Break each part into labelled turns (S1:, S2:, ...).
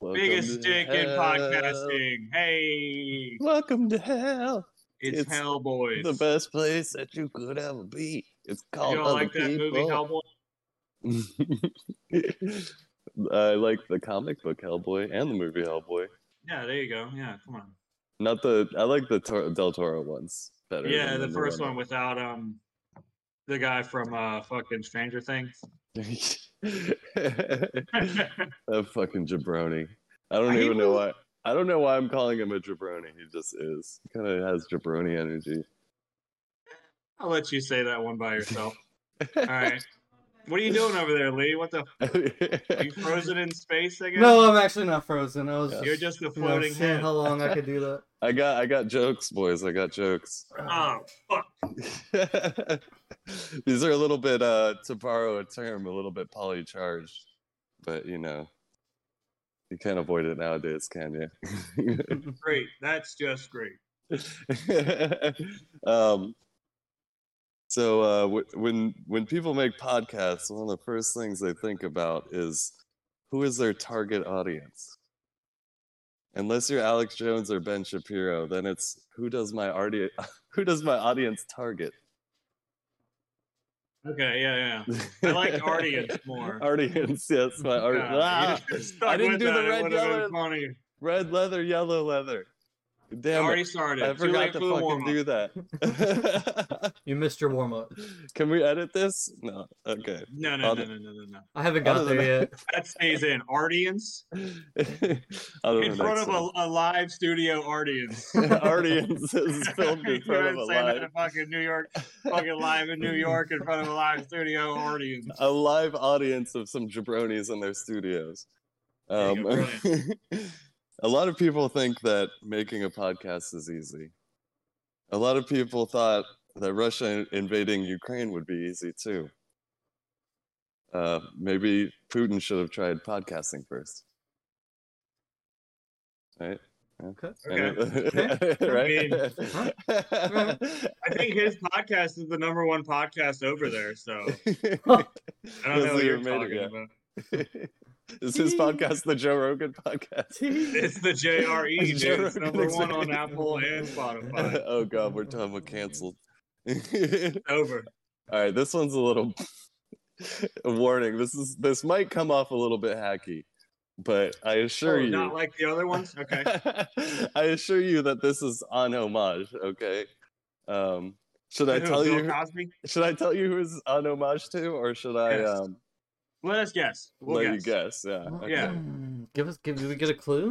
S1: Welcome to
S2: Biggest dick in
S1: hell.
S2: podcasting. Hey,
S1: Welcome to hell.
S2: it's,
S1: It's
S2: Hellboys.
S1: The best place that you could ever be. It's
S2: You
S1: called
S2: don't
S1: other
S2: like that
S1: people.
S2: movie Hellboy?
S1: I like the comic book Hellboy and the movie Hellboy.
S2: Yeah, there you go. Yeah, come on.
S1: Not the I like the Tor- Del Toro ones better.
S2: yeah,
S1: than
S2: the first
S1: new
S2: one without um the guy from uh fucking Stranger Things.
S1: that
S2: I
S1: fucking jabroni. I don't
S2: I
S1: even know
S2: know-
S1: why. I don't know why I'm calling him a jabroni. He just is. He kind of has jabroni energy.
S2: will let you say that one by yourself. All right. What are you doing over there, Lee? What the? You frozen in space? I guess.
S3: No, I'm actually not frozen. I was
S2: You're just a
S3: you know,
S2: floating
S3: seeing
S2: head.
S3: how long I could do that.
S1: I got I got jokes, boys. I got jokes.
S2: Oh, fuck.
S1: These are a little bit uh to borrow a term, a little bit polycharged, but you know, you can't avoid it nowadays, can you?
S2: Great. That's just great.
S1: um, so uh, w- when when people make podcasts, one of the first things they think about is who is their target audience. Unless you're Alex Jones or Ben Shapiro, then it's who does my audience who does my audience target?
S2: Okay. Yeah. Yeah. I like audience more.
S1: audience, yes, my audience.
S2: Yeah, you just stuck
S1: Oh, ah. I didn't
S2: with
S1: do the
S2: that, it
S1: red,
S2: would've been
S1: yellow-
S2: funny.
S1: red leather, yellow leather.
S2: It
S1: Damn
S2: already
S1: it!
S2: started.
S1: I
S2: Too
S1: forgot
S2: late
S1: to
S2: for the
S1: fucking
S2: warm-up.
S1: do that.
S3: You missed your warm up.
S1: Can we edit this? No. Okay.
S2: No, no,
S1: I'll
S2: no,
S1: do-
S2: no, no, no, no.
S3: I haven't got
S1: Other than
S3: there yet.
S2: That stays in. Audience
S1: I'll do
S2: in
S1: the
S2: front
S1: next
S2: of a, a live studio audience.
S1: one. audience is filmed
S2: You
S1: in front of a
S2: know what I'm saying?
S1: live,
S2: At fucking New York, fucking live in New York in front of a live studio audience.
S1: a live audience of some jabronis in their studios.
S2: There you
S1: Um,
S2: go,
S1: a lot of people think that making a podcast is easy. A lot of people thought that Russia invading Ukraine would be easy too. Uh, maybe Putin should have tried podcasting first. Right?
S2: Okay.
S1: right?
S2: I think his podcast is the number one podcast over there. So I don't
S1: Doesn't
S2: know what you're
S1: even matter,
S2: talking
S1: yeah.
S2: about.
S1: Is his podcast the Joe Rogan podcast?
S2: It's the JRE, dude.
S1: Sure,
S2: It's number one on
S1: exactly.
S2: Apple and Spotify.
S1: oh god, we're talking about canceled. All
S2: Over.
S1: right, this one's a little a warning. This is this might come off a little bit hacky, but I assure
S2: Oh,
S1: you,
S2: Not like the other ones? Okay.
S1: I assure you that this is on homage. Okay, um, should I
S2: Who,
S1: tell
S2: Bill
S1: you?
S2: Cosby?
S1: Should I tell you who is on homage to, or should I
S2: Yes.
S1: um,
S2: Let us guess. We'll
S1: let
S2: guess.
S1: you guess? Yeah.
S3: Well,
S1: okay.
S2: Yeah.
S3: hmm, Give us. Give. Do we get a clue?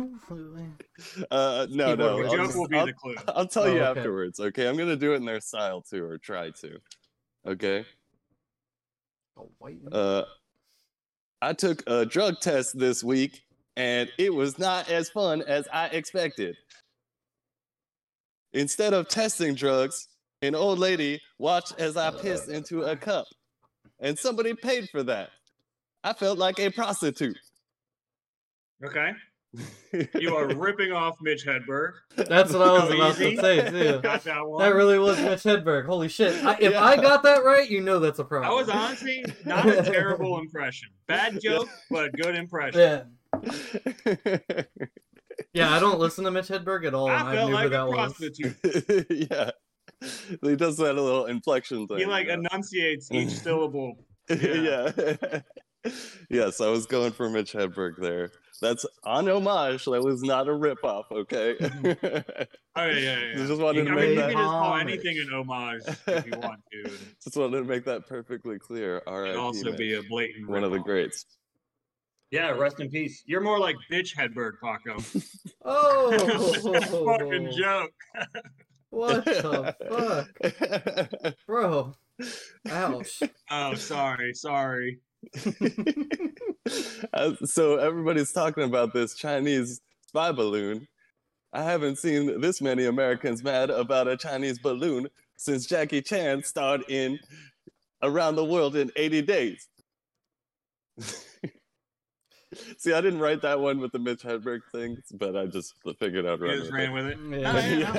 S1: Uh, no, no.
S3: Keyword
S2: The
S3: I'll
S1: I'll
S2: joke
S1: just-
S2: will be
S1: I'll-
S2: the clue.
S1: I'll tell
S3: Oh,
S1: you
S3: okay.
S1: afterwards, okay? I'm gonna do it in their style too, or try to. Okay.
S3: Oh, wait.
S1: Uh, I took a drug test this week, and it was not as fun as I expected. Instead of testing drugs, an old lady watched as I pissed into a cup, and somebody paid for that. I felt like a prostitute.
S2: Okay. You are ripping off Mitch Hedberg.
S3: That's what I was
S2: so
S3: about
S2: easy.
S3: to say too.
S2: Got that one.
S3: That really was Mitch Hedberg. Holy shit! I, if
S1: Yeah.
S3: I got that right, you know that's a
S2: that
S3: problem.
S2: was honestly not a terrible impression. Bad joke, but good impression.
S3: Yeah, yeah. I don't listen to Mitch Hedberg at all, and
S2: I
S3: Oh, I,
S2: felt
S3: knew who
S2: like a
S3: that was.
S2: prostitute.
S1: yeah. He does that a little inflection thing.
S2: He like
S1: you know?
S2: enunciates each syllable.
S1: yeah. yes, I was going for Mitch Hedberg there. That's on homage. That was not a ripoff, okay?
S2: Oh yeah, yeah, yeah.
S1: You just wanted to
S2: I mean,
S1: make
S2: you
S1: that
S2: can just call
S3: Homage.
S2: anything an homage if you want to.
S1: just wanted to make that perfectly clear. All right.
S2: It'd also be a blatant
S1: one of the
S2: rip-off.
S1: greats.
S2: Yeah, rest in peace. You're more like bitch Hedberg, Paco.
S3: Oh,
S2: Fucking joke.
S3: what the fuck, bro? Ouch.
S2: Oh, sorry, sorry.
S1: Uh, so everybody's talking about this Chinese spy balloon. I haven't seen this many Americans mad about a Chinese balloon since Jackie Chan starred in Around the World in 80 Days. See, I didn't write that one with the Mitch Hedberg thing, but I just figured out.
S2: You just ran with it.
S3: Yeah.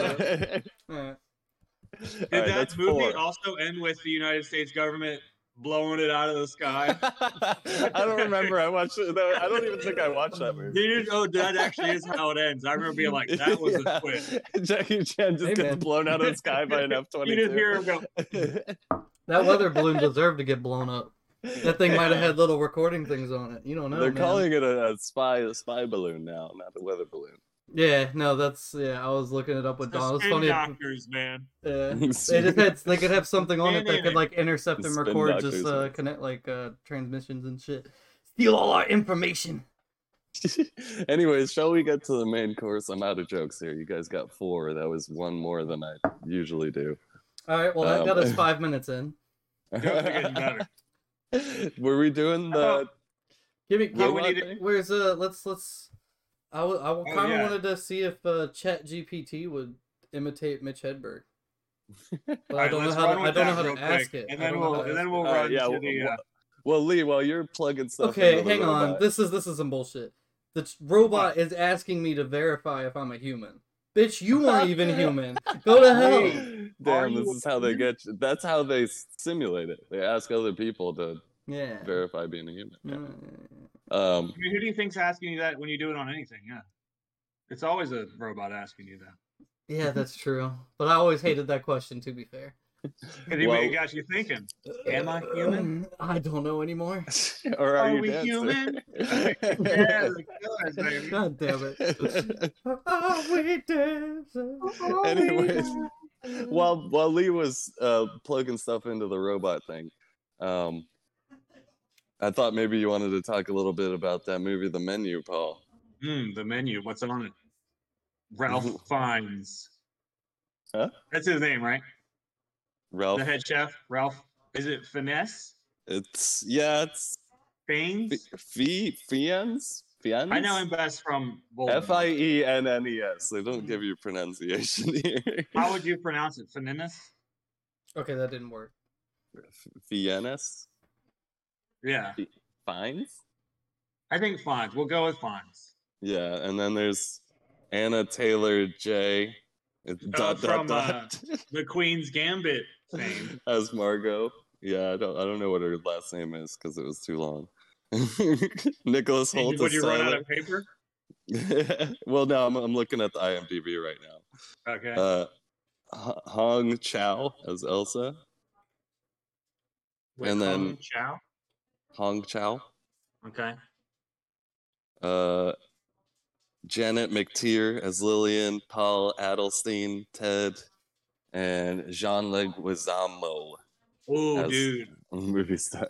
S3: Alright.
S1: All
S2: Did
S1: right,
S2: that
S1: that's
S2: movie
S1: four.
S2: also end with the United States government blowing it out of the sky.
S1: I don't remember. I watched it. though. I don't even think I watched that movie.
S2: Dude, oh, that actually is how it ends. I remember being like, that was
S1: Yeah.
S2: a twist.
S1: Jackie Chan just
S3: Hey,
S1: gets
S3: man.
S1: blown out of the sky by an F
S2: You didn't hear him go,
S1: twenty-two.
S3: That weather balloon deserved to get blown up. That thing might have had little recording things on it. You don't know.
S1: They're
S3: man.
S1: calling it a, a spy a spy balloon now, not a weather balloon.
S3: Yeah, no, that's yeah. I was looking it up with Don. It was
S2: spin
S3: funny. if-
S2: doctors, man.
S3: Yeah. They just had they could have something on it that could like intercept and
S1: Spin
S3: record
S1: doctors,
S3: just uh,
S1: man.
S3: connect like uh, transmissions and shit. Steal all our information.
S1: Anyways, shall we get to the main course? I'm out of jokes here. You guys got four. That was one more than I usually do.
S3: All right, well that got
S1: Um,
S3: us five minutes in.
S2: Jokes are getting Oh. better.
S1: Were we doing the?
S3: Give me.
S1: Yeah,
S3: give
S1: we
S3: me-
S1: need to-
S3: where's uh? Let's let's. I wa- I kind of
S2: Oh, yeah.
S3: wanted to see if uh, Chat GPT would imitate Mitch Hedberg. But
S2: All
S3: I
S2: right,
S3: don't know
S2: let's
S3: how
S2: run
S3: to, I
S2: with
S3: don't know
S2: that
S3: how
S2: real
S3: to
S2: quick,
S3: ask it.
S2: And
S3: I
S2: then
S3: don't know how
S2: we'll
S3: to
S2: and
S3: ask
S2: then
S3: it.
S2: we'll
S1: Uh,
S2: run
S1: yeah,
S2: to
S1: we'll-
S2: the. Uh,
S1: Well, Lee, while you're plugging stuff.
S3: Okay,
S1: into the
S3: hang on.
S1: robot-
S3: This is this is some bullshit. The t- robot is asking me to verify if I'm a human. Bitch, you aren't even human. Go to hell.
S2: Are
S1: Damn,
S2: you
S1: this
S2: a
S1: is how they
S2: human?
S1: get you. That's how they s- simulate it. They ask other people to
S3: Yeah.
S1: verify being a human.
S3: Yeah.
S1: Um,
S2: I mean, who do you think's asking you that when you do it on anything? Yeah, it's always a robot asking you that.
S3: Yeah, that's true. But I always hated that question. To be fair,
S2: And it
S1: Well-
S2: it got you thinking. Am I human?
S3: I don't know anymore.
S1: or are,
S2: Are
S1: you
S2: we
S1: dancer?
S2: human? yeah, "Oh, the killers, baby.
S3: God damn it. Are we dancing? Are we
S1: Anyways,
S3: dancing?
S1: while while Lee was uh, plugging stuff into the robot thing, um, I thought maybe you wanted to talk a little bit about that movie, The Menu, Paul.
S2: Mm, the menu. What's on it? Ralph Fiennes.
S1: Huh?
S2: That's his name, right?
S1: Ralph,
S2: The head chef, Ralph. Is it finesse?
S1: it's yeah, it's
S2: Fiennes.
S1: Fee Fiennes. Fiennes.
S2: I know him best from. Voldemort.
S1: E F I E N N E S. They don't give you pronunciation here.
S2: How would you pronounce it? Finesse.
S3: Okay, that didn't work.
S1: Fiennes.
S2: Yeah,
S1: E Fines.
S2: I think Fonz. We'll go with Fonz.
S1: Yeah, and then there's Anna Taylor J. It's dot
S2: Oh, from, uh,
S1: dot
S2: The Queen's Gambit fame.
S1: dot as Margot. Yeah, I don't I don't know what her last name is because it was too long. Nicholas Holt
S2: Would
S1: is
S2: you run out
S1: silent.
S2: of paper?
S1: well, no, I'm I'm looking at the IMDb right now.
S2: Okay.
S1: Uh, H- Hong Chow as Elsa.
S2: With
S1: and then-
S2: Hong Chow.
S1: Hong Chow.
S2: Okay.
S1: Uh, Janet McTeer as Lillian. Paul Adelstein, Ted, and Jean Leguizamo.
S2: Oh,
S1: As-
S2: dude,
S1: movie star.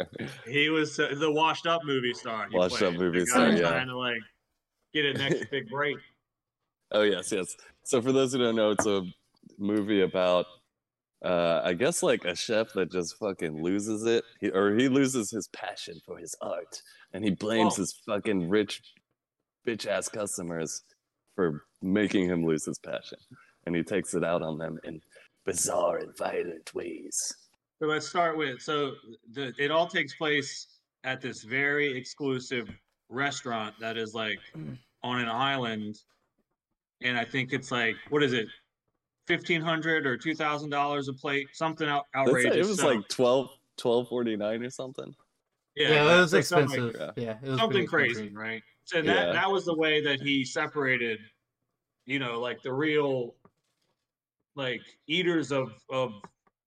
S2: he was so, the washed up movie star. he
S1: Washed up
S2: played.
S1: movie
S2: the guy
S1: star, yeah.
S2: Trying to like get it next big break.
S1: Oh yes, yes. So for those who don't know, it's a movie about, uh, I guess like a chef that just fucking loses it, he, or he loses his passion for his art, and he blames
S2: Whoa.
S1: his fucking rich, bitch ass customers for making him lose his passion, and he takes it out on them in bizarre and violent ways.
S2: So let's start with so the, it all takes place at this very exclusive restaurant that is like on an island, and I think it's like what is it, fifteen hundred or two thousand dollars a plate, something out,
S1: That's
S2: outrageous.
S1: it. It was
S2: So,
S1: like 12, 1249 or something.
S3: Yeah, it was
S2: so something- uh,
S3: expensive.
S1: that.
S3: yeah. it was
S2: something
S3: pretty
S2: crazy,
S3: expensive.
S2: right? So that
S1: Yeah.
S2: that was the way that he separated, you know, like the real, like eaters of of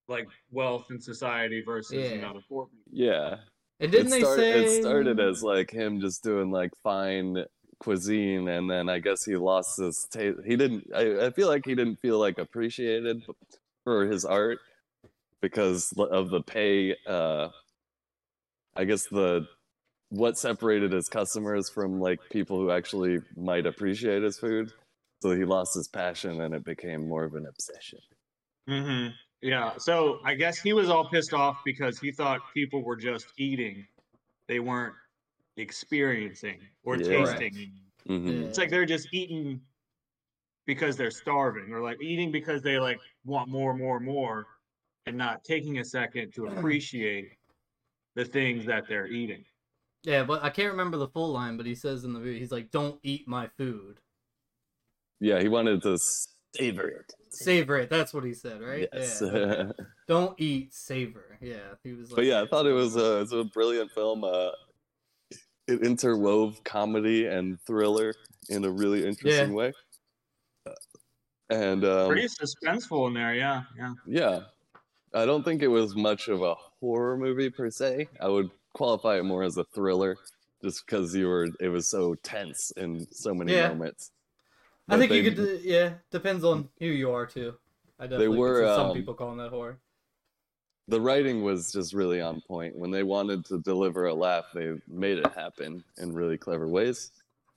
S2: like wealth and society versus you
S3: Yeah.
S2: know the poor. people.
S1: Yeah.
S3: And didn't
S1: it,
S3: they
S1: start-
S3: say
S1: it started as like him just doing like fine cuisine and then i guess he lost his taste he didn't I, I feel like he didn't feel like appreciated b- for his art because l- of the pay uh i guess the what separated his customers from like people who actually might appreciate his food so he lost his passion and it became more of an obsession
S2: hmm Yeah. So I guess he was all pissed off because he thought people were just eating, they weren't experiencing or
S1: Yeah.
S3: Correct.
S2: tasting.
S3: Mm-hmm.
S1: Mhm.
S2: It's like they're just eating because they're starving or like eating because they like want more, more, more, and not taking a second to appreciate the things that they're eating.
S3: Yeah, but I can't remember the full line. But he says in the movie, he's like, "Don't eat my food."
S1: yeah he wanted to s-
S4: Savor it.
S3: Savor it. That's what he said, right?
S4: Yes.
S3: Yeah. Don't eat, savor. Yeah. He was like,
S1: but yeah, I thought it was a, it's a brilliant film. Uh, it interwove comedy and thriller in a really interesting way. And um,
S2: Pretty suspenseful in there, yeah, yeah.
S1: yeah, I don't think it was much of a horror movie per se. I would qualify it more as a thriller, just because you were it was so tense in so many
S3: Yeah.
S1: moments.
S3: I
S1: But
S3: think you
S1: they-
S3: could, do- yeah, depends on who you are, too. I definitely could
S1: were,
S3: see some
S1: um,
S3: people calling that horror.
S1: the writing was just really on point. When they wanted to deliver a laugh, they made it happen in really clever ways.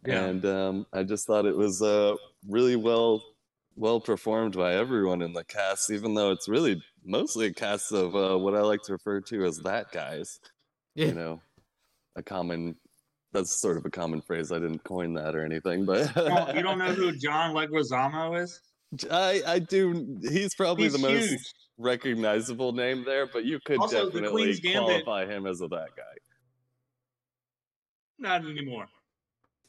S2: Yeah.
S1: And um, I just thought it was uh, really well well performed by everyone in the cast, even though it's really mostly a cast of uh, what I like to refer to as that guys.
S3: Yeah.
S1: You know, a common that's sort of a common phrase. I didn't coin that or anything, but
S2: You don't- you don't know who John Leguizamo is?
S1: I, I do. He's probably
S2: He's
S1: the most
S2: huge.
S1: recognizable name there, but you could
S2: Also, the
S1: definitely
S2: Queen's Gambit-
S1: qualify him as a that guy.
S2: Not anymore.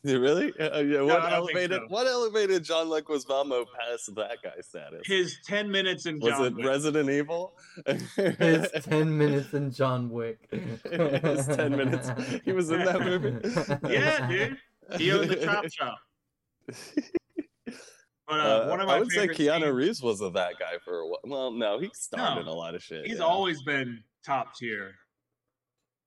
S1: You Really? Uh, yeah. What
S2: I don't think
S1: elevated?
S2: so.
S1: What elevated John Leguizamo past that guy status?
S2: His ten minutes in
S1: Was
S2: John
S1: it
S2: Wick.
S1: Resident Evil?
S3: It's 10 minutes in John Wick.
S1: It was 10 minutes. He was in that movie?
S2: yeah, dude. He owned the chop shop. But uh,
S1: Uh,
S2: one of my
S1: I would say
S2: favorite
S1: Keanu
S2: scenes-
S1: Reeves was a that guy for a while. Well, no, he starred
S2: No,
S1: in a lot of shit.
S2: He's
S1: yeah.
S2: always been top tier.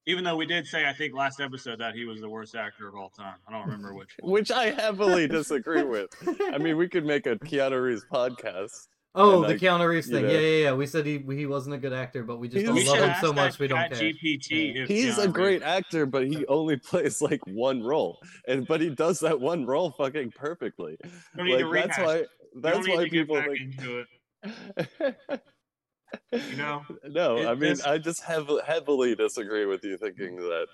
S2: Even though we did say, I think last episode that he was the worst actor of all time. I don't remember which.
S1: which I heavily disagree with. I mean, we could make a Keanu Reeves podcast.
S3: Oh,
S1: and
S3: the
S1: I-
S3: Keanu Reeves
S1: you
S3: thing.
S1: know.
S3: Yeah, yeah, yeah. We said he he wasn't a good actor, but we just
S1: He's-
S3: all
S1: We
S3: love
S1: should
S3: him so
S2: ask
S3: much
S2: that
S3: we don't
S2: Chat
S3: care.
S2: GPT
S3: Yeah.
S2: if
S1: He's
S2: Keanu
S1: a
S2: Reeves-
S1: great actor, but he only plays like one role, and but he does that one role fucking perfectly.
S2: Don't need to
S1: Like, that's
S2: rehash
S1: why
S2: it. We don't
S1: that's
S2: need
S1: why
S2: to get
S1: people
S2: back
S1: think.
S2: into it. You know,
S1: no,
S2: it-
S1: I mean
S2: this-
S1: I just heav- heavily disagree with you thinking that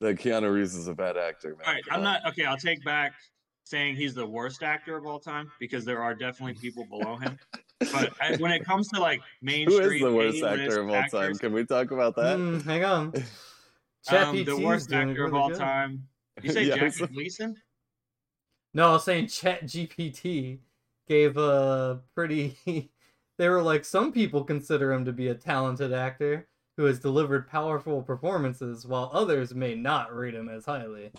S1: that Keanu Reeves is a bad actor. Man.
S2: all right.
S1: Come
S2: I'm
S1: on.
S2: not okay. I'll take back saying he's the worst actor of all time because there are definitely people below him. But I- when it comes to like
S1: Who
S2: mainstream,
S1: is the worst
S2: A-list
S1: actor of all time?
S2: actors,
S1: Can we talk about that?
S2: Mm.
S3: Hmm, hang on. Chat
S2: Um, the
S3: GPT is
S2: worst
S3: doing
S2: actor of
S3: really
S2: all
S3: good.
S2: time. You say
S1: Yeah,
S2: Jack
S1: so-
S2: Gleason?
S3: No, I was saying Chat GPT gave a pretty. they were like some people consider him to be a talented actor who has delivered powerful performances, while others may not rate him as highly.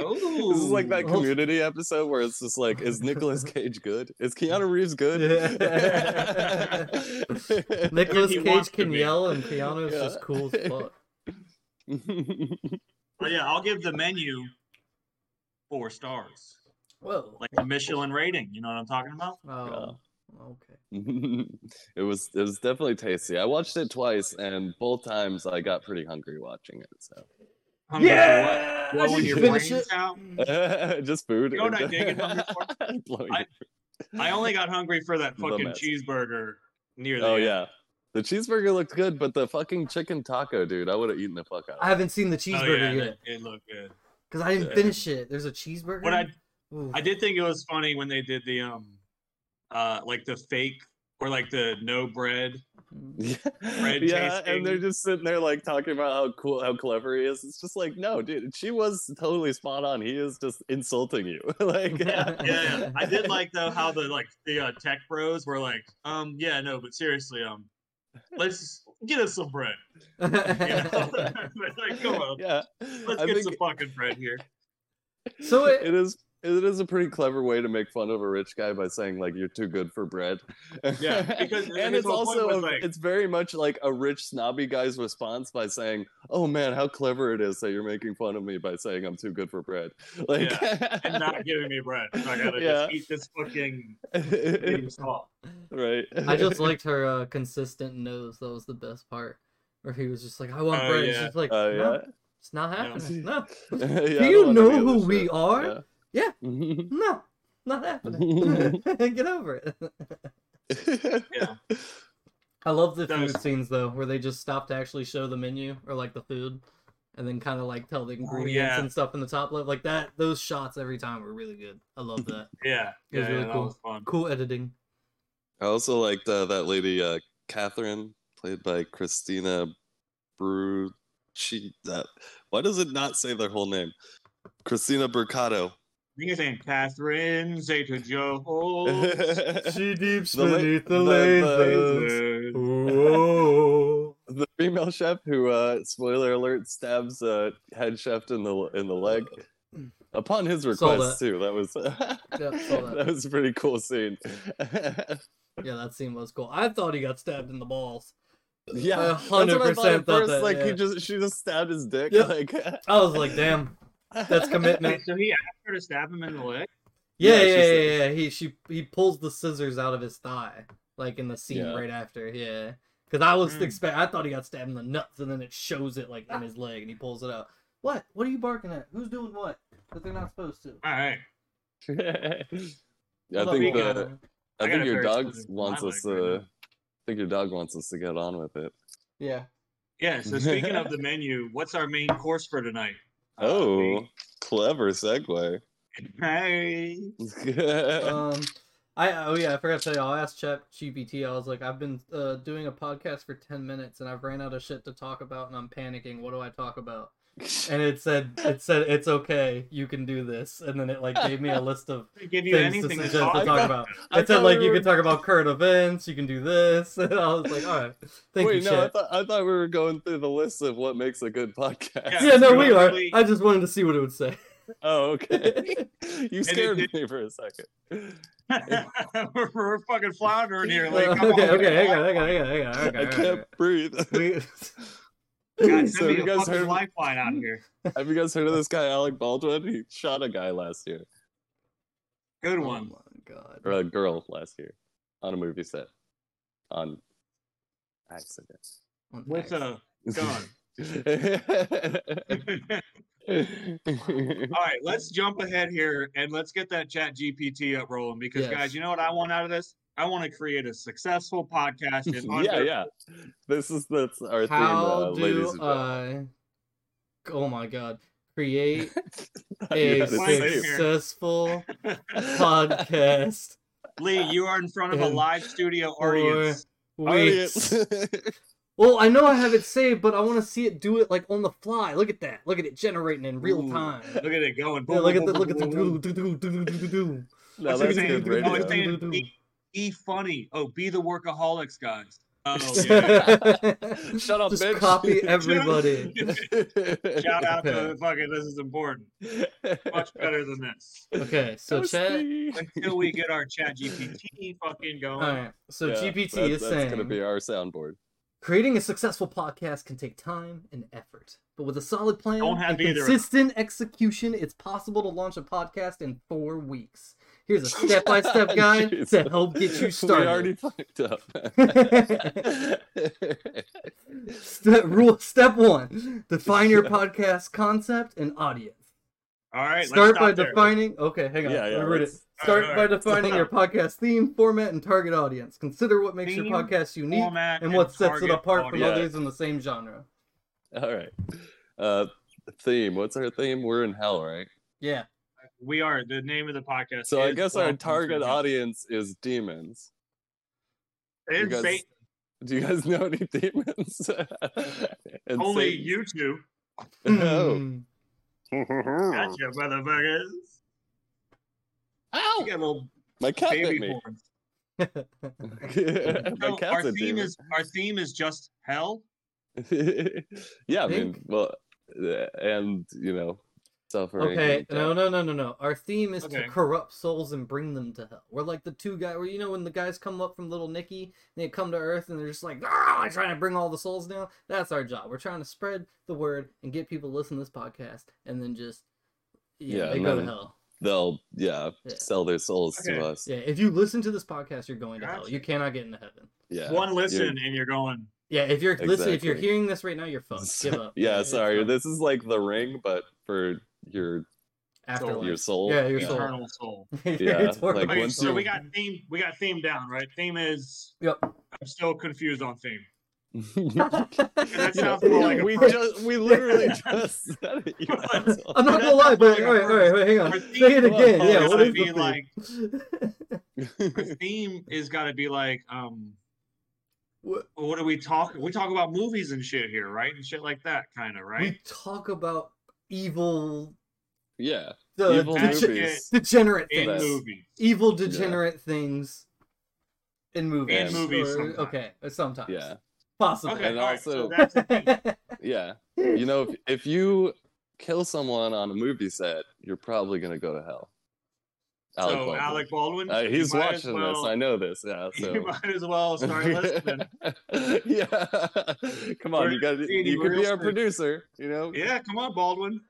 S2: Oh,
S1: This is like that
S3: Ooh.
S1: community episode where it's just like, is Nicolas Cage good? Is Keanu Reeves good?
S3: Yeah. Nicolas
S2: he wants to
S3: Cage can
S2: be.
S3: yell, and Keanu is
S1: Yeah.
S3: just cool as fuck.
S2: But Oh, yeah, I'll give the menu four stars,
S3: Whoa.
S2: like the Michelin rating. You know what I'm talking about?
S3: oh, okay.
S1: it was it was definitely tasty. I watched it twice, and both times I got pretty hungry watching it. So
S2: Hungry for what?
S3: I
S2: Blowing
S3: should
S2: your
S3: finish
S2: brains
S3: it.
S2: out.
S1: just food.
S2: You know what I
S1: and-
S2: did get hungry
S1: Blowing
S2: I-
S1: your-
S2: I only got hungry for that
S1: The
S2: fucking
S1: mess.
S2: cheeseburger near the
S1: Oh
S2: end.
S1: yeah, the cheeseburger looked good, but the fucking chicken taco, dude, I would have eaten the fuck out.
S3: I
S1: of
S3: haven't seen the
S2: Oh,
S3: cheeseburger
S2: yeah,
S3: yet
S2: It, it looked good.
S3: because I didn't
S1: Yeah.
S3: finish it. There's a cheeseburger.
S2: What I
S3: Ooh.
S2: I did think it was funny when they did the um uh like the fake or like the no bread.
S1: it. Yeah,
S2: Bread
S1: yeah and they're
S2: tasting.
S1: just sitting there like talking about how cool, how clever he is. It's just like, no, dude, she was totally spot on. He is just insulting you. like,
S2: Yeah, yeah. I did like though how the like the uh, tech bros were like, um, yeah, no, but seriously, um, let's get us some bread. You know? It's like, come on,
S1: yeah.
S2: let's
S1: I
S2: get
S1: think
S2: some fucking bread here.
S3: so it,
S1: it is it is a pretty clever way to make fun of a rich guy by saying like you're too good for bread.
S2: Yeah, because
S1: and
S2: his
S1: it's
S2: whole point
S1: also
S2: was,
S1: a-
S2: like-
S1: it's very much like a rich snobby guy's response by saying, "Oh man, how clever it is that you're making fun of me by saying I'm too good for bread." Like
S2: And not giving me bread. So I gotta
S1: Yeah.
S2: just eat this fucking medium salt.
S1: right.
S3: I just liked her uh, consistent nose. That was the best part. Where he was just like, "I want
S2: Oh,
S3: bread." and
S2: yeah.
S3: She's like,
S1: Oh
S3: "No,
S1: yeah.
S3: it's not
S2: No.
S3: happening. No,
S1: Yeah, I
S3: do
S1: don't
S3: you
S1: wanna
S3: know
S1: be
S3: who
S1: the
S3: we
S1: shit.
S3: are?
S1: Yeah.
S3: No, not happening. Get over it."
S2: Yeah.
S3: I love the
S2: That
S3: food
S2: was-
S3: scenes though, where they just stop to actually show the menu or like the food, and then kind of like tell the
S1: Oh,
S3: ingredients
S2: yeah.
S3: and stuff in the top left. Like that, those shots every time were really good. I love that.
S2: Yeah,
S3: It was
S2: yeah,
S3: really
S2: yeah, that
S3: cool.
S2: was fun.
S3: cool editing.
S1: I also liked uh, that lady, uh, Catherine, played by Christina Brucci. That why does it not say their whole name? Christina Burcato.
S2: think his name Catherine Zeta Jones.
S1: the
S3: She deeps
S1: The la-
S3: beneath the,
S1: the
S3: lasers.
S2: Uh,
S3: Ooh.
S1: female chef who, uh, spoiler alert, stabs uh, head chef in the in the leg. Upon his
S3: Mm. Saw
S1: request too. That was
S3: saw that.
S1: that was a pretty cool scene.
S3: Yeah, that scene was cool. I thought he got stabbed in the balls.
S1: yeah,
S3: I
S1: that's what I thought
S3: 100%
S1: at
S3: thought
S1: first.
S3: that,
S1: like he
S3: yeah.
S1: just she just stabbed his dick.
S3: Yep.
S1: Like
S3: I was like, damn, that's
S2: wait,
S3: commitment.
S2: so he asked her to stab him in the leg.
S3: Yeah,
S1: Yeah,
S3: yeah,
S1: she said-
S3: yeah, yeah, He she he pulls the scissors out of his thigh, like in the scene
S1: Yeah. Hmm.
S3: right after. Yeah, because I was
S2: Mm.
S3: expect I thought he got stabbed in the nuts, and then it shows it like in his leg, and he pulls it out. What? What are you barking at? Who's doing what? That they're not supposed to.
S2: All right.
S1: Yeah, I
S3: Hold up,
S1: think uh,
S2: on.
S3: hold
S1: the, I,
S2: I got
S1: think
S2: a
S1: your
S2: pair of
S1: dog
S2: scissors in my
S1: wants
S2: leg
S1: us
S2: right
S1: to.
S2: now.
S1: I think your dog wants us to get on with it.
S3: Yeah.
S2: Yeah. So speaking of the menu, what's our main course for tonight? Uh,
S1: Oh,
S2: we-
S1: clever segue.
S2: Hey.
S3: um, I oh yeah, I forgot to tell you. I asked Chat GPT. I was like, I've been uh, doing a podcast for ten minutes, and I've ran out of shit to talk about, and I'm panicking. What do I talk about? And it said, it said, it's okay, you can do this. And then it like gave me a list of
S2: They give you
S3: things to
S2: anything
S3: suggest
S2: to
S3: to
S2: talk
S3: talk
S2: about.
S3: about.
S1: I
S3: It said
S1: thought
S3: like
S1: we
S3: you
S1: were-
S3: can talk about current events, you can do this. And I was like, all right, thank
S1: Wait,
S3: you,
S1: no, I
S3: Chat.
S1: thought, I thought we were going through the list of what makes a good podcast.
S2: Yeah,
S3: Yeah, no, we are.
S2: Really-
S3: I just wanted to see what it would say.
S1: Oh, okay. you scared
S2: did-
S1: me for a second.
S2: we're, we're fucking floundering here. Like, come
S3: okay,
S2: on,
S3: okay, hang on,
S2: man.
S3: hang on, hang on, hang on.
S1: I
S3: Okay, all right,
S1: can't breathe.
S3: We-
S2: God, send
S1: So
S2: me
S1: you
S2: a
S1: guys
S2: fucking
S1: heard-
S2: lifeline out here.
S1: Have you guys heard of this guy, Alec Baldwin? He shot a guy last year,
S2: Good one.
S3: Oh my god.
S1: or a girl last year, on a movie set, on accident.
S3: On
S2: With uh,
S3: accident.
S2: a gun. All right, let's jump ahead here and let's get that chat GPT up rolling because,
S3: Yes.
S2: guys, you know what I want out of this? I want to create a successful podcast. In under,
S1: yeah, yeah. This is that's our theme, uh,
S3: How
S1: ladies and
S3: do
S1: gentlemen.
S3: I? Oh my god! Create
S1: You
S3: a
S1: had to save.
S3: successful podcast
S2: Lee, you are in front of a
S3: And-
S2: live studio
S3: or-
S2: audience.
S3: weeks.
S1: Audience.
S3: Well, I know I have it saved, but I want to see it do it like on the fly. Look at that! Look at it generating in real
S1: Ooh.
S3: time.
S2: Look at it going.
S3: Yeah,
S2: boom,
S3: look at
S2: boom,
S3: the
S2: boom,
S3: look at the
S2: boom, boom,
S3: do do do do do do do.
S1: no,
S2: What's
S1: that's
S2: his name?
S1: good
S2: Oh, his
S1: radio.
S2: name- Be funny. Oh, be the workaholics, guys. Oh, yeah.
S3: do.
S1: Shut up,
S3: Just
S1: bitch.
S3: copy everybody.
S2: Shout out
S3: Okay.
S2: to fucking this is important. Much better than this.
S3: Okay, so
S1: That's
S3: chat.
S1: me.
S2: Until we get our chat GPT fucking going.
S3: All right, so
S1: Yeah,
S3: GPT
S1: that-
S3: is
S1: that's
S3: saying
S1: gonna be our soundboard.
S3: Creating a successful podcast can take time and effort, but with a solid plan
S2: Don't have
S3: and
S2: either of them.
S3: consistent execution, it's possible to launch a podcast in four weeks. Here's a step-by-step guide to
S1: Jesus.
S3: help get you
S1: We already
S3: started.
S1: fucked up.
S3: Step, rule step one: define your podcast concept and audience.
S2: All right,
S3: Start
S2: let's
S3: by
S2: stop there.
S3: defining. Okay, hang on.
S1: Yeah,
S3: let me
S1: yeah,
S3: read it.
S1: let's-
S3: Start
S2: Alright,
S3: by
S2: alright,
S3: defining your podcast theme, format, and target audience. Consider what makes
S2: Theme,
S3: your podcast unique
S2: format
S3: and what sets it
S2: target
S3: apart from
S2: audience.
S1: Yeah.
S3: others in the same genre.
S1: All right. Uh, theme. What's our theme? We're in hell, right?
S3: Yeah.
S2: We are the name of the podcast.
S1: So I
S2: is
S1: guess
S2: Welcome
S1: our
S2: to
S1: target
S2: Hell.
S1: audience is demons.
S2: It's
S1: you guys-
S2: Satan-
S1: Do you guys know any demons? And
S2: only
S1: Satan-
S2: you two.
S1: Oh.
S3: Mm.
S2: Gotcha, motherfuckers. You
S1: Ow!
S2: got little
S1: My cat
S2: baby
S1: bit me.
S2: horns.
S1: My
S2: No, our
S1: cat's a
S2: theme
S1: demon.
S2: is our theme is just hell.
S1: yeah, I mean,
S3: Think.
S1: well, uh, and you know, suffering.
S3: Okay,
S1: and
S3: no, no, no, no, no. Our theme is to
S2: Okay.
S3: corrupt souls and bring them to hell. We're like the two guys, where you know when the guys come up from Little Nicky, and they come to Earth, and they're just like, "Ah, I'm trying to bring all the souls down." That's our job. We're trying to spread the word and get people to listen to this podcast, and then just yeah,
S1: Yeah,
S3: they
S1: and
S3: go to
S1: then-
S3: hell.
S1: They'll, yeah,
S3: Yeah.
S1: sell their souls
S2: Okay.
S1: to us.
S3: Yeah, if you listen to this podcast, you're going to hell.
S2: Gotcha.
S3: You cannot get into heaven.
S1: Yeah.
S2: One
S1: you're-
S2: listen, and you're going.
S3: Yeah, if you're listening, if you're
S1: Exactly.
S3: hearing this right now, you're fucked. Give up.
S1: yeah,
S3: it's
S1: sorry.
S3: fucked.
S1: This is like the ring, but for your
S3: afterlife.
S1: your soul.
S3: Yeah, your soul.
S2: Eternal soul.
S1: Yeah,
S3: It's
S1: like,
S3: horrible.
S2: Okay,
S1: once
S2: so
S1: you-
S2: we got theme. We got theme down, right? Theme is.
S3: Yep.
S2: I'm still confused on theme.
S3: that
S2: That sounds more like a
S1: we
S2: pro-
S1: just, we literally just said it. you asshole.
S3: I'm not gonna lie, but all right, all right, wait, hang
S2: Our
S3: on.
S2: theme
S3: Say it
S1: Well,
S3: again.
S1: oh,
S3: Yeah,
S1: it's
S3: what
S1: gotta
S3: is
S2: be
S3: the
S2: like
S3: thing?
S2: our theme is got to be like um
S3: Wha-
S2: what do we talk we talk about movies and shit here right and shit like that kind of right
S3: We talk about evil
S1: yeah.
S3: Uh, the
S1: Evil
S3: dege-
S1: movies.
S3: degenerate
S2: in
S1: Yes.
S3: things,
S2: movies.
S3: evil degenerate things in
S1: In
S3: movies.
S2: movies
S3: or-
S2: sometimes.
S3: okay, uh, sometimes.
S1: Yeah,
S3: possibly.
S2: Okay,
S1: And
S2: all right,
S1: also-
S2: so that's the thing.
S1: yeah. You know, if, if you kill someone on a movie set, you're probably gonna go to hell. Alec
S2: so
S1: Baldwin.
S2: Alec Baldwin.
S1: Uh,
S2: you
S1: he's
S2: might as
S1: watching
S2: well-
S1: this. I know this. Yeah.
S2: You
S1: So.
S2: might as well start listening.
S1: yeah. Come on,
S2: We're
S1: you got.
S2: seeing
S1: You
S2: you
S1: could be
S2: real
S1: our
S2: soon.
S1: producer. You know.
S2: Yeah, come on, Baldwin.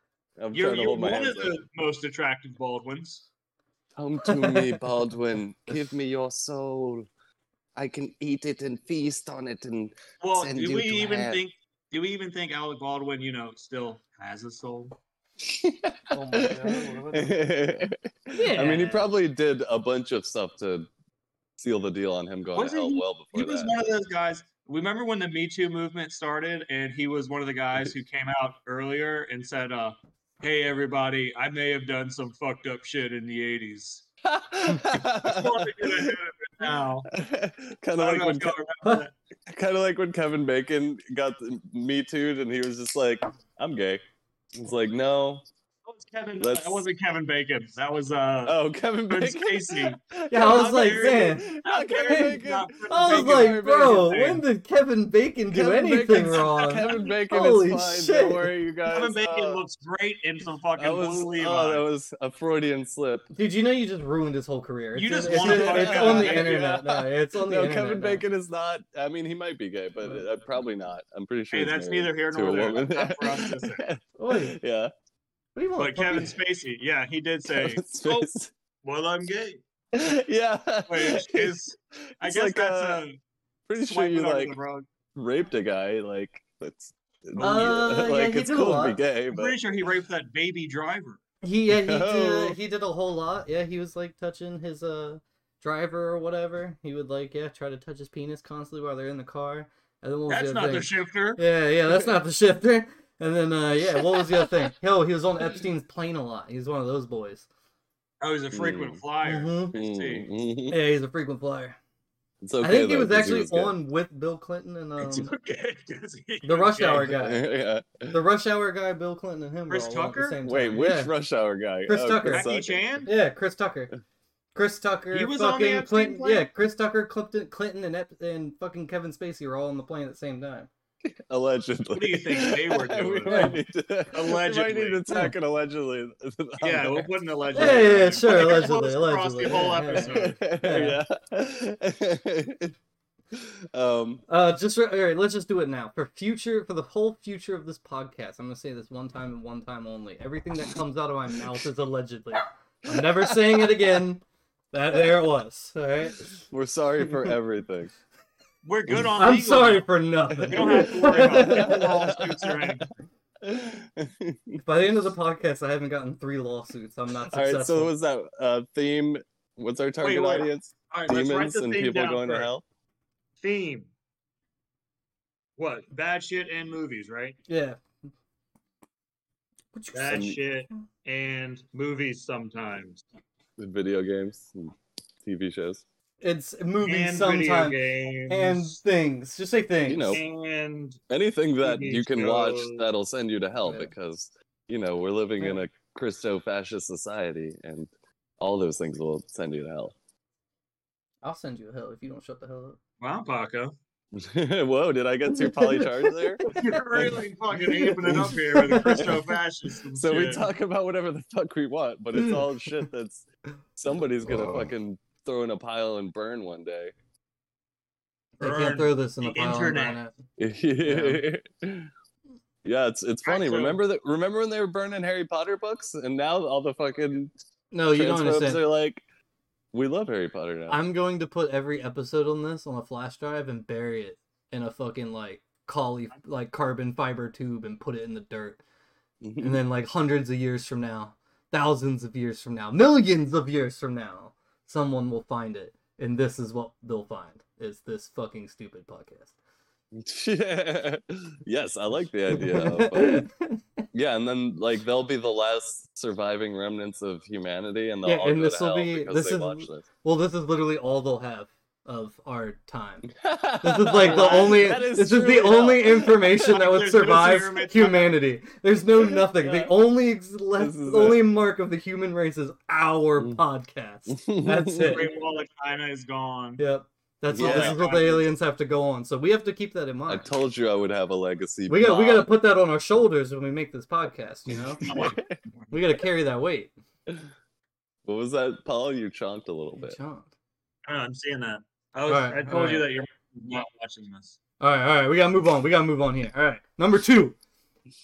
S1: I'm
S2: You're,
S1: trying to
S2: you're
S1: hold my
S2: one
S1: hands
S2: of
S1: up.
S2: the most attractive Baldwins.
S1: Come to me, Baldwin. Give me your soul. I can eat it and feast on it. And
S2: Well,
S1: Send
S2: do
S1: you
S2: we
S1: to
S2: even
S1: hell.
S2: think? Do we even think Alec Baldwin, you know, still has a soul?
S3: Oh my God, what
S1: I mean, he
S3: Yeah.
S1: probably did a bunch of stuff to seal the deal on him going
S2: Wasn't
S1: to hell
S2: he-
S1: well
S2: He
S1: before
S2: was
S1: that.
S2: one of those guys. Remember when the Me Too movement started, and he was one of the guys who came out earlier and said, uh, "Hey, everybody, I may have done some fucked up shit in the '80s." I want to get ahead of it now.
S1: kind
S2: I
S1: of
S2: don't
S1: like
S2: know
S1: when
S2: if y'all remember that.
S1: kind of like when Kevin Bacon got the me too and he was just like, "I'm gay." It's like, no.
S2: That was Kevin.
S1: Let's-
S2: That wasn't Kevin Bacon. That was uh.
S1: Oh, Kevin
S2: Kevin
S1: Bacon.
S2: Spacey.
S3: Yeah, I was
S1: I'm
S3: like,
S1: married.
S3: man,
S1: Not
S2: Kevin
S1: Kevin
S3: Bacon,
S1: Bacon.
S2: not Kevin
S3: I was
S2: Bacon.
S3: like, bro,
S2: Bacon.
S3: when did Kevin Bacon do
S1: Kevin
S3: anything
S1: Bacon's-
S3: wrong?
S1: Kevin Bacon
S3: Holy
S1: is fine.
S3: shit.
S1: Don't worry, you guys.
S2: Kevin Bacon
S1: Uh,
S2: looks great in some fucking
S1: that was,
S2: blue
S1: oh, that
S2: Levi.
S1: was a Freudian slip.
S3: Dude, you know you just ruined his whole career. It's
S2: You just
S3: it's,
S2: wanna
S3: it's,
S2: fuck
S3: on the
S2: up.
S3: internet. No, it's on the
S1: No,
S3: internet.
S1: Kevin
S3: now.
S1: Bacon is not. I mean, he might be gay, but uh, probably not. I'm pretty sure.
S2: Hey,
S1: he's
S2: that's
S1: married
S2: neither here
S1: to
S2: nor
S1: a
S2: there.
S1: woman.
S2: Not for us to say.
S3: Oi,
S1: yeah.
S3: what do you want?
S2: But Kevin Spacey, yeah, he did say,
S1: Kevin's
S2: "Oh,
S1: face.
S2: well, I'm gay,"
S1: yeah.
S2: which is, I
S1: It's
S2: guess
S1: like,
S2: that's
S1: uh,
S2: a
S1: pretty sure
S2: swiping
S1: you
S2: under
S1: like
S2: the rug.
S1: raped a guy. Like that's.
S3: Uh, yeah,
S1: like
S3: he
S1: it's
S3: did a
S1: cool to
S3: lot.
S1: be gay,
S2: I'm
S1: but
S2: pretty sure he raped that baby driver.
S3: He yeah he
S1: No.
S3: did, uh, he did a whole lot. Yeah, he was like touching his uh driver or whatever. He would like yeah try to touch his penis constantly while they're in the car. And then what was
S2: That's
S3: the
S2: not
S3: other
S2: the
S3: thing?
S2: shifter.
S3: Yeah, yeah, that's not the shifter. And then uh yeah, what was the other thing? Yo, he was on Epstein's plane a lot. He was one of those boys.
S2: Oh, he's a frequent
S1: Mm.
S2: flyer.
S3: Mhm.
S2: I see.
S1: Mm, mhm.
S3: Yeah, he's a frequent flyer.
S1: it's okay.
S3: I think he
S1: though,
S3: was
S1: 'cause
S3: actually
S1: gay.
S3: on with Bill Clinton and
S2: It's
S3: um
S2: okay, 'cause he
S3: the
S2: was
S3: rush
S2: gay.
S3: hour guy.
S1: yeah.
S3: The rush hour guy, Bill Clinton and him were
S2: Chris
S3: all on at
S2: Tucker?
S3: the same time.
S1: Wait, which
S3: yeah.
S1: rush hour guy? Oh,
S3: Chris Tucker.
S2: Jackie Chan.
S3: Yeah, Chris Tucker. Chris Tucker.
S2: He was on the
S3: fucking
S2: Epstein
S3: Clinton.
S2: plane?
S3: Yeah, Chris Tucker, Clinton, Clinton, and Ep- and fucking Kevin Spacey were all on the plane at the same time.
S1: Allegedly.
S2: What do you think they were
S1: we
S2: doing?
S1: might need to, We might need
S2: Allegedly.
S1: to tack an allegedly. on
S2: Yeah, we'll
S1: there.
S2: put an allegedly.
S3: Yeah, yeah, yeah,
S2: there.
S3: sure,
S2: We're gonna
S3: allegedly,
S2: close across
S3: allegedly,
S2: The whole
S3: yeah, yeah, yeah.
S2: episode.
S1: yeah. um.
S3: Uh, just re- all right. Let's just do it now for future for the whole future of this podcast. I'm gonna say this one time and one time only. Everything that comes out of my mouth is allegedly. I'm never saying it again. That there it was. All right.
S1: We're sorry for everything.
S2: We're good on.
S3: I'm
S2: legal
S3: sorry
S2: now.
S3: for nothing.
S2: We don't have to worry about it. lawsuits or anything.
S3: By the end of the podcast, I haven't gotten three lawsuits. I'm not
S1: All
S3: successful.
S1: right. So what was that uh, theme? What's our target
S2: wait.
S1: audience?
S2: All right, let's write
S1: Demons
S2: the
S1: and
S2: theme
S1: people
S2: down
S1: going to
S2: first.
S1: hell.
S2: Theme. What? Bad shit and movies, right?
S3: yeah. What you
S2: Bad
S1: Some-
S2: shit and movies sometimes.
S1: Video games, and TV shows.
S3: It's movies
S2: and
S3: sometimes
S2: video
S3: and
S2: games.
S3: things. Just say things.
S1: You know,
S2: and
S1: Anything that
S2: TV
S1: you can watch
S2: shows.
S1: that'll send you to hell
S3: Yeah.
S1: because you know we're living in
S3: Yeah.
S1: a Christo-fascist society, and all those things will send you to hell.
S3: I'll send you a hell if you don't shut the hell up.
S2: wow, Paco,
S1: Whoa, did I get too polycharged there?
S2: you're really fucking amping it up here with the Christo fascists. and
S1: So we
S2: shit.
S1: talk about whatever the fuck we want, but it's all shit that's somebody's gonna
S3: Oh.
S1: fucking throw in a pile and burn one day.
S3: They
S2: Burn
S3: can't throw this in the,
S2: the
S3: pile and burn
S2: internet.
S3: it.
S1: yeah. it's it's funny.
S2: Actually-
S1: Remember that? Remember when they were burning Harry Potter books, and now all the fucking
S3: No, Oh, you don't
S1: transphobes
S3: understand.
S1: are like, we love Harry Potter now.
S3: I'm going to put every episode on this on a flash drive and bury it in a fucking like collie like carbon fiber tube and put it in the dirt. And then like hundreds of years from now, thousands of years from now, millions of years from now, someone will find it. And this is what they'll find is this fucking stupid podcast.
S1: yes, I like the idea. Of, uh, yeah, and then like they'll be the last surviving remnants of humanity, and they'll
S3: Yeah,
S1: all
S3: and
S1: go
S3: this
S1: to
S3: will
S1: hell
S3: be-
S1: because
S3: this
S1: they
S3: is-
S1: watch this.
S3: well, this is literally all they'll have of our time. This is like the only.
S1: That is
S3: This is
S1: truly
S3: the
S1: hell.
S3: only information that would
S2: There's no
S3: survive
S2: zero mid-
S3: humanity. There's no nothing.
S1: Yeah.
S3: The only ex- left,
S1: is
S3: only mark of the human race is our
S1: Mm.
S3: podcast. That's it.
S2: Great Wall of China is gone.
S3: Yep, that's
S1: Yeah.
S3: what, this is what the aliens have to go on. So we have to keep that in
S1: I
S3: mind.
S1: told you I would have a legacy.
S3: we got we got to
S1: Bob.
S3: put that on our shoulders when we make this podcast. You know,
S2: gotta-
S3: we got to carry that weight.
S1: what was that, Paul? You chomped a little bit.
S3: Chomp.
S2: I know, I'm seeing that. I, was,
S3: Alright,
S2: I told you
S3: alright.
S2: that you're not watching this.
S3: All right, all right, we gotta move on. We gotta move on here. All right, number two,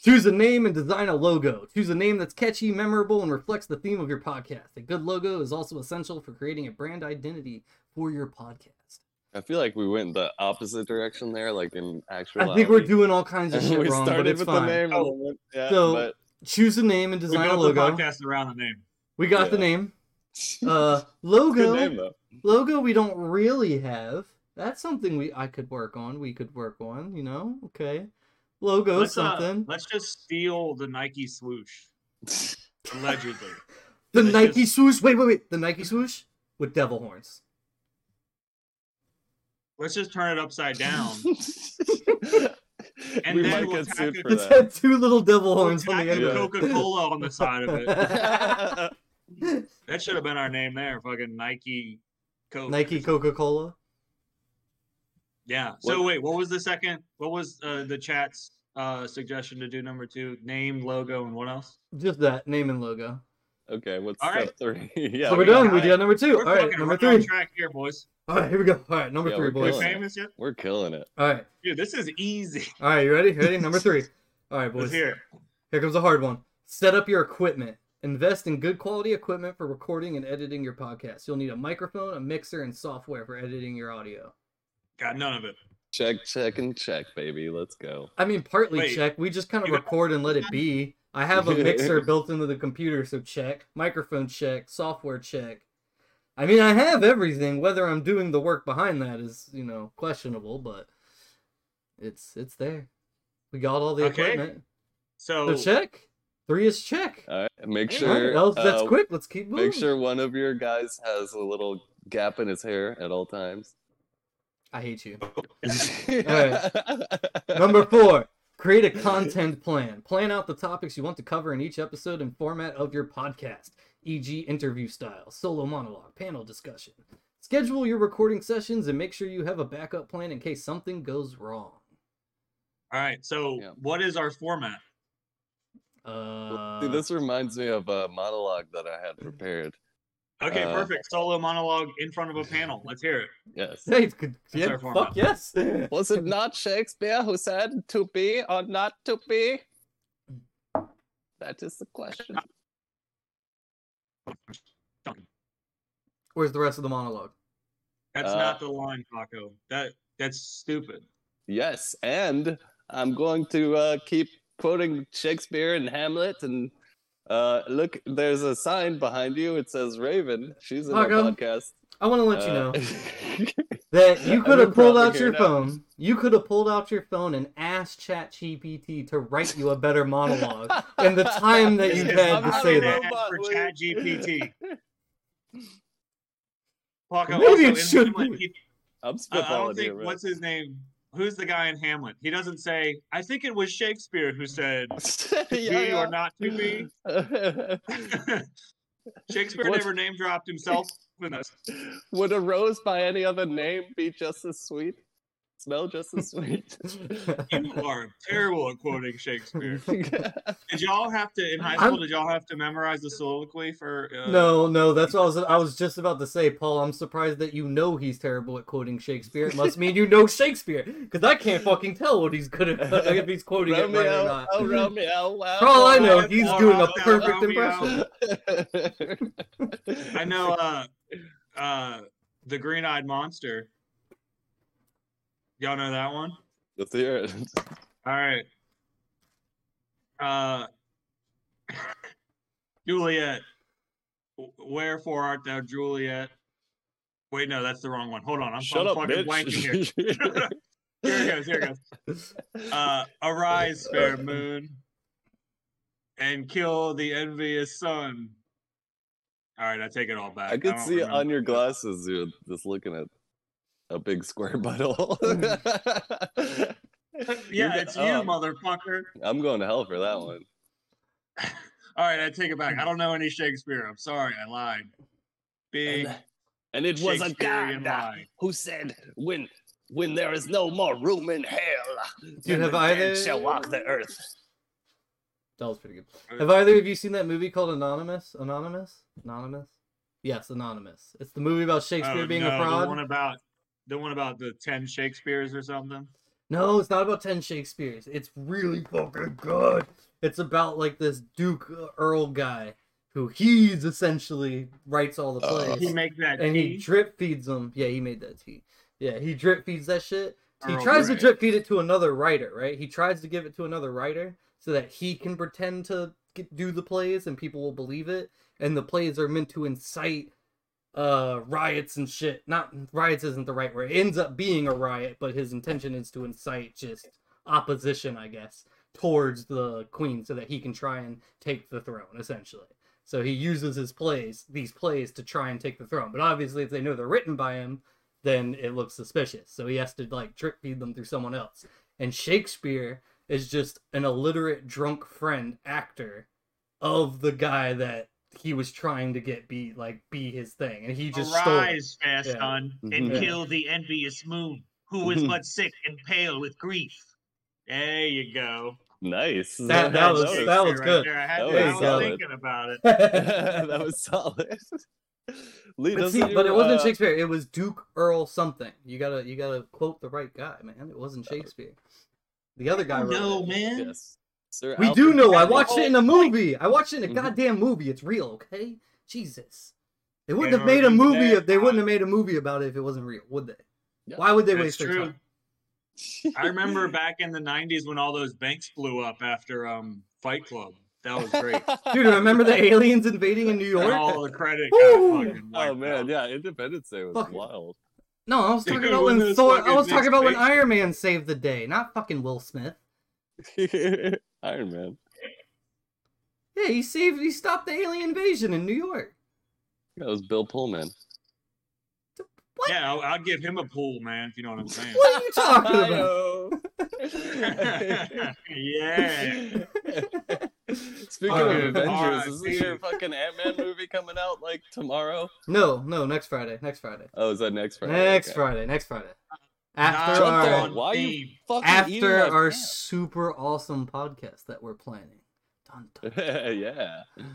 S3: choose a name and design a logo. Choose a name that's catchy, memorable, and reflects the theme of your podcast. A good logo is also essential for creating a brand identity for your podcast.
S1: I feel like we went the opposite direction there, like in actual.
S3: I think we're doing all kinds of shit
S1: we
S3: wrong, but
S1: started
S3: it's
S1: with the
S3: fine.
S1: name.
S2: Oh.
S1: And then, yeah,
S3: So-
S1: but
S3: Choose a name and
S2: We
S3: design a
S2: built the
S3: logo.
S2: podcast around the name.
S3: We got the
S1: Yeah.
S3: name. Uh,
S1: good
S3: logo,
S1: name though.
S3: logo. We don't really have. That's something we I could work on. We could work on. You know, okay. Logo
S2: Let's, uh,
S3: something.
S2: let's just steal the Nike swoosh, allegedly.
S3: The
S2: Let's
S3: Nike
S2: just-
S3: swoosh. Wait, wait, wait. The Nike swoosh with devil horns.
S2: let's just turn it upside down. And
S1: we
S2: then
S1: might
S2: we'll
S1: get sued
S2: tack
S1: for
S3: It's had two little devil
S2: We'll
S3: horns on
S2: tack
S3: the end.
S1: Yeah.
S2: Coca Cola on the side of it.
S1: that.
S2: That should have been our name there. Fucking Nike Coke.
S3: Nike Coca Cola.
S2: Yeah. So
S1: What-
S2: wait, what was the second? What was uh, the chat's uh, suggestion to do number two? Name, logo, and what else?
S3: Just that name and logo.
S1: okay, what's
S2: All right.
S1: step three? yeah,
S3: so we're
S1: we
S3: done.
S1: got
S3: We
S1: it.
S3: did number two.
S2: We're
S3: All right,
S2: fucking
S3: number
S2: right on
S3: three.
S2: track here, boys.
S3: All right, here we go. All right, number
S1: Yeah,
S3: three,
S1: we're
S2: We
S3: boys.
S1: killing it.
S2: famous yet?
S1: We're killing it.
S3: All right,
S2: Dude, this is easy.
S3: all right. You ready? Ready? Number three. All right,
S2: Let's
S3: boys.
S2: hear it.
S3: Here comes a hard one. Set up your equipment. Invest in good quality equipment for recording and editing your podcast. You'll need a microphone, a mixer, and software for editing your audio.
S2: Got none of it.
S1: Check, check, and check, baby. Let's go.
S3: I mean, partly
S2: Wait,
S3: check. We just kind of
S2: you got-
S3: record and let it be. I have a mixer built into the computer, so check. Microphone check. Software check. I mean, I have everything. Whether I'm doing the work behind that is, you know, questionable, but it's it's there. We got all the
S2: Okay.
S3: equipment.
S2: So
S3: So check. Three is check.
S1: All right, make
S3: All right,
S1: sure
S3: that was- that's
S1: uh,
S3: quick. Let's keep moving.
S1: Make sure one of your guys has a little gap in his hair at all times.
S3: I hate you.
S1: Alright.
S3: Number four, create a content plan. Plan out the topics you want to cover in each episode and format of your podcast, e.g., interview style, solo monologue, panel discussion. Schedule your recording sessions and make sure you have a backup plan in case something goes wrong.
S2: all right. So
S1: Yeah.
S2: what is our format?
S3: Uh,
S1: See, this reminds me of a monologue that I had prepared.
S2: Okay,
S1: Uh,
S2: perfect. Solo monologue in front of a panel. Let's hear it.
S1: Yes.
S3: Hey, it's good.
S2: That's
S3: Yeah,
S2: our format.
S3: fuck yes.
S1: Was it not Shakespeare who said to be or not to be? That is the question.
S3: Where's the rest of the monologue?
S2: That's
S1: Uh,
S2: not the line, Paco. That that's stupid.
S1: Yes, and I'm going to uh, keep quoting Shakespeare and Hamlet. And uh, look, there's a sign behind you. It says Raven. She's in our
S3: Marco,
S1: podcast.
S3: I want to let you know
S1: you know.
S3: that you
S1: Uh, I've
S3: could
S1: been
S3: have pulled
S1: probably
S3: out your
S1: hearing that.
S3: phone. You could have pulled out your phone and asked ChatGPT to write you a better monologue. and the time that
S1: This
S3: you
S1: is
S3: had
S1: I'm
S3: to
S1: not
S3: say
S1: a
S3: that.
S2: Ask
S1: robot,
S2: for
S1: will you?
S2: ChatGPT. Paco,
S3: Maybe it
S2: in
S3: should
S2: Hamlet,
S3: be.
S2: he-
S1: I'm
S2: I, I don't
S1: spitballing
S2: think
S1: here. man.
S2: what's his name. Who's the guy in Hamlet? He doesn't say. I think it was Shakespeare who said
S1: Yeah,
S2: to be
S1: yeah.
S2: or not to be. Shakespeare
S1: What-
S2: never name dropped himself in this.
S1: Would a rose by any other name be just as sweet? Smell just as sweet.
S2: You are terrible at quoting Shakespeare.
S1: yeah,
S2: Did y'all have to in high
S3: I'm-
S2: school? Did y'all have to memorize the soliloquy for? Uh,
S3: no, no, that's what I was. I was just about to say, Paul. I'm surprised that you know he's terrible at quoting Shakespeare. It must mean you know Shakespeare, because I can't fucking tell what he's good at uh, if he's quoting it right or
S1: Romeo,
S3: not.
S1: oh Romeo, wow.
S3: For all I know,
S2: Romeo,
S3: he's doing a
S2: Romeo,
S3: perfect
S2: Romeo.
S3: impression.
S2: I know. Uh, uh, the Green-Eyed Monster. Y'all know that one?
S1: Let's hear it.
S2: All right. Uh, Juliet, w- wherefore art thou, Juliet? Wait, no, that's the wrong one. Hold on, I'm,
S1: Shut
S2: I'm
S1: up,
S2: fucking blanking here.
S1: bitch.
S2: Here it goes. Here it goes. Uh, arise, fair moon, and kill the envious sun. All right, I take it all back.
S1: I could
S2: don't
S1: see it
S2: remember.
S1: on your glasses. You're just looking at a big square butthole. You're
S2: yeah,
S1: go-
S2: it's you,
S1: oh,
S2: motherfucker.
S1: I'm going to hell for that one.
S2: All right, I take it back. I don't know any Shakespeare. I'm sorry, I lied. Big
S1: And it was a
S2: Shakespearean
S1: god
S2: lie.
S1: who said, "When, when there is no more room in hell, then
S3: have
S1: the
S3: either-
S1: dead shall walk the earth."
S3: That was pretty good.
S2: Uh,
S3: Have either of you seen that movie called Anonymous? Anonymous? Anonymous? Yes, Anonymous. It's the movie about Shakespeare
S2: Oh,
S3: being
S2: no, The
S3: a fraud.
S2: one about the one about the ten Shakespeare's or something.
S3: No, it's not about ten Shakespeare's. It's really fucking good. It's about like this Duke Earl guy who he's essentially writes all the
S1: Uh,
S3: plays.
S2: Did he make that?
S3: and he
S2: tea?
S3: drip feeds them. Yeah, he made that tea. Yeah, he drip feeds that shit. He
S2: Earl
S3: tries to
S2: Grey.
S3: drip feed it to another writer, right? He tries to give it to another writer so that he can pretend to get, do the plays and people will believe it. And the plays are meant to incite uh riots and shit. Not riots isn't the right word. It ends up being a riot, but his intention is to incite just opposition, I guess, towards the queen so that he can try and take the throne essentially. So he uses his plays, these plays, to try and take the throne. But obviously, if they know they're written by him, then it looks suspicious. So he has to like trick feed them through someone else. And Shakespeare is just an illiterate drunk friend actor of the guy that he was trying to get be like be his thing, and he just stole.
S4: Arise, fair
S3: Yeah. Mm-hmm.
S4: sun, and
S1: Mhm.
S4: kill the envious moon, who is but sick and pale with grief. There you go.
S1: Nice.
S3: That- that was-
S1: was,
S3: that
S4: Shakespeare
S3: was
S4: right
S3: good.
S4: there. I, had
S1: That
S4: to- I
S3: was
S4: was
S3: solid.
S4: thinking about it.
S1: that was solid. Lee,
S3: But,
S1: doesn't
S3: see, but
S1: you,
S3: it wasn't
S1: uh,
S3: Shakespeare. It was Duke Earl something. You gotta you gotta quote the right guy, man. It wasn't
S1: Uh,
S3: Shakespeare. The other guy. wrote
S4: No,
S3: it.
S4: man.
S1: Yes. Sir
S3: We
S1: Alfred Oh,
S3: do know. I
S1: Pennyworth.
S3: watched it in a movie. I watched it in a
S2: Mm-hmm.
S1: Mhm.
S3: goddamn movie. It's real, okay? Jesus. They wouldn't
S2: Yeah,
S3: have made a
S2: Norman
S3: movie
S2: Bates
S3: if they wouldn't
S2: died.
S3: have made a movie about it if it wasn't real, would they?
S1: Yeah.
S3: Why would they
S2: That's
S3: waste their
S2: true.
S3: time?
S2: I remember back in the '90s when all those banks blew up after um Fight Club. That was great.
S3: Dude, remember the aliens invading in New
S2: and
S3: York?
S2: all the credit.
S3: Woo!
S2: Got fucking
S1: Oh
S2: wiped
S1: man,
S2: out.
S1: yeah, Independence Day was
S3: Fuck.
S1: wild.
S3: No, I was talking
S2: Dude,
S3: about
S2: when
S3: when
S2: those
S3: Thor. I
S2: fucking
S3: was talking
S2: Nick
S3: about when
S2: Bates-
S3: Iron Man saved the day, not fucking Will Smith.
S1: Iron Man.
S3: Yeah, he saved. He stopped the alien invasion in New York.
S1: That was Bill Pullman.
S3: What?
S2: Yeah, I'll, I'll give him a pull, man. If you know what I'm saying.
S3: What are you talking
S1: I
S3: about?
S1: know.
S2: yeah.
S1: Speaking
S3: Alright.
S1: of Avengers,
S2: Alright,
S1: is
S2: see
S1: there a
S2: you.
S1: fucking Ant Man movie coming out like tomorrow?
S3: No, no, next Friday. Next Friday.
S1: Oh, is that next Friday?
S3: Next
S1: Okay.
S3: Friday. Next Friday.
S2: Not
S3: After
S1: Jump
S3: our
S1: on why you
S2: theme.
S1: Fucking eating
S3: after
S1: my
S3: our
S1: pants.
S3: super awesome podcast that we're planning. Dun, dun.
S1: yeah. Maybe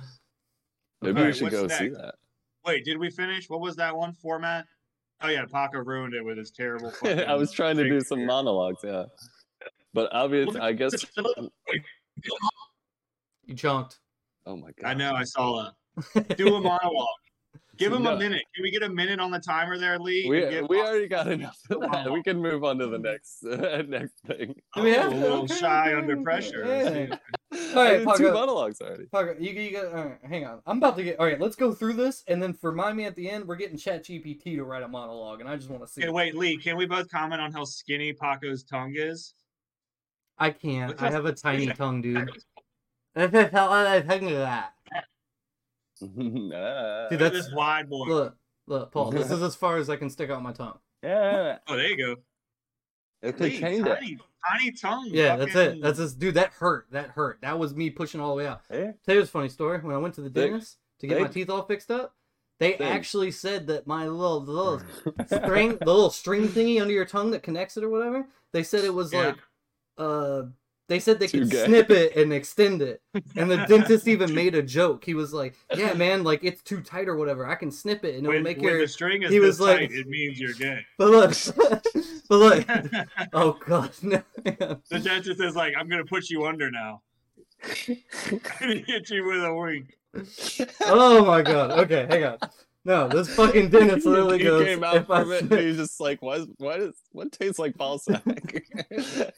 S1: we
S2: Alright,
S1: should
S2: what's
S1: go see
S2: next?
S1: that.
S2: Wait, did we finish? What was that one format? Oh yeah, Paco ruined it with his terrible.
S1: I was trying to do some
S2: Shakespeare.
S1: monologues, yeah. But obvious, I guess.
S3: You chunked.
S1: Oh my god!
S2: I know. I saw that. Do a monologue. Give him
S1: No.
S2: a minute. Can we get a minute on the timer there, Lee?
S1: We,
S2: And give
S1: we
S2: Paco
S1: already got enough of that. We can move on to the next next thing.
S3: Do we
S2: a
S3: have to?
S2: little
S3: Okay,
S2: shy
S3: okay,
S2: under
S3: okay.
S2: pressure.
S3: Yeah.
S1: I
S3: right,
S1: did two
S3: Paco.
S1: monologues already.
S3: Parker, you, you got, all right, hang on. I'm about to get. All right, let's go through this, and then remind me at the end. We're getting ChatGPT to write a monologue, and I just want to see.
S2: Okay, wait, Lee. Can we both comment on how skinny Paco's tongue is?
S3: I can't.
S2: Look
S3: I
S2: how-
S3: have a tiny tongue, dude. This is how I think of that.
S1: Ah.
S3: Dude,
S2: Look at
S3: that's-
S2: this wide boy.
S3: Look, look, Paul. This is as far as I can stick out my tongue.
S1: yeah,
S2: Oh, there you go.
S1: okay,
S2: Lee,
S1: kinda.
S2: tiny, tiny tongue.
S3: Yeah, that's it.
S2: fucking-
S3: That's this dude. That hurt. That hurt. That was me pushing all the way out.
S1: Eh?
S3: Tell you a funny story. When I went to the
S1: They-
S3: dentist to get my
S1: they-
S3: teeth all fixed up, they
S1: They-
S3: actually said that my little the little string, the little string thingy under your tongue that connects it or whatever, they said it was
S2: Yeah.
S3: like, uh, they said they
S1: Too
S3: could
S1: gay.
S3: snip it and extend it. And the dentist even made a joke. He was like, "Yeah, man, like it's too tight or whatever. I can snip it and it'll
S2: When,
S3: make
S2: when
S3: your."
S2: the string is
S3: he was
S2: this tight,
S3: like-
S2: it means you're gay.
S3: But look, but look.
S2: the
S3: Oh god, no.
S2: dentist is like, I'm gonna put you under now. And he hit you with a wink.
S3: Oh my god. Okay, hang on. No, this fucking dentist
S1: You-
S3: literally
S1: you
S3: goes.
S1: came out
S3: if I
S1: from it and
S3: snip-
S1: he's just like, why, is- why does what tastes like ballsack?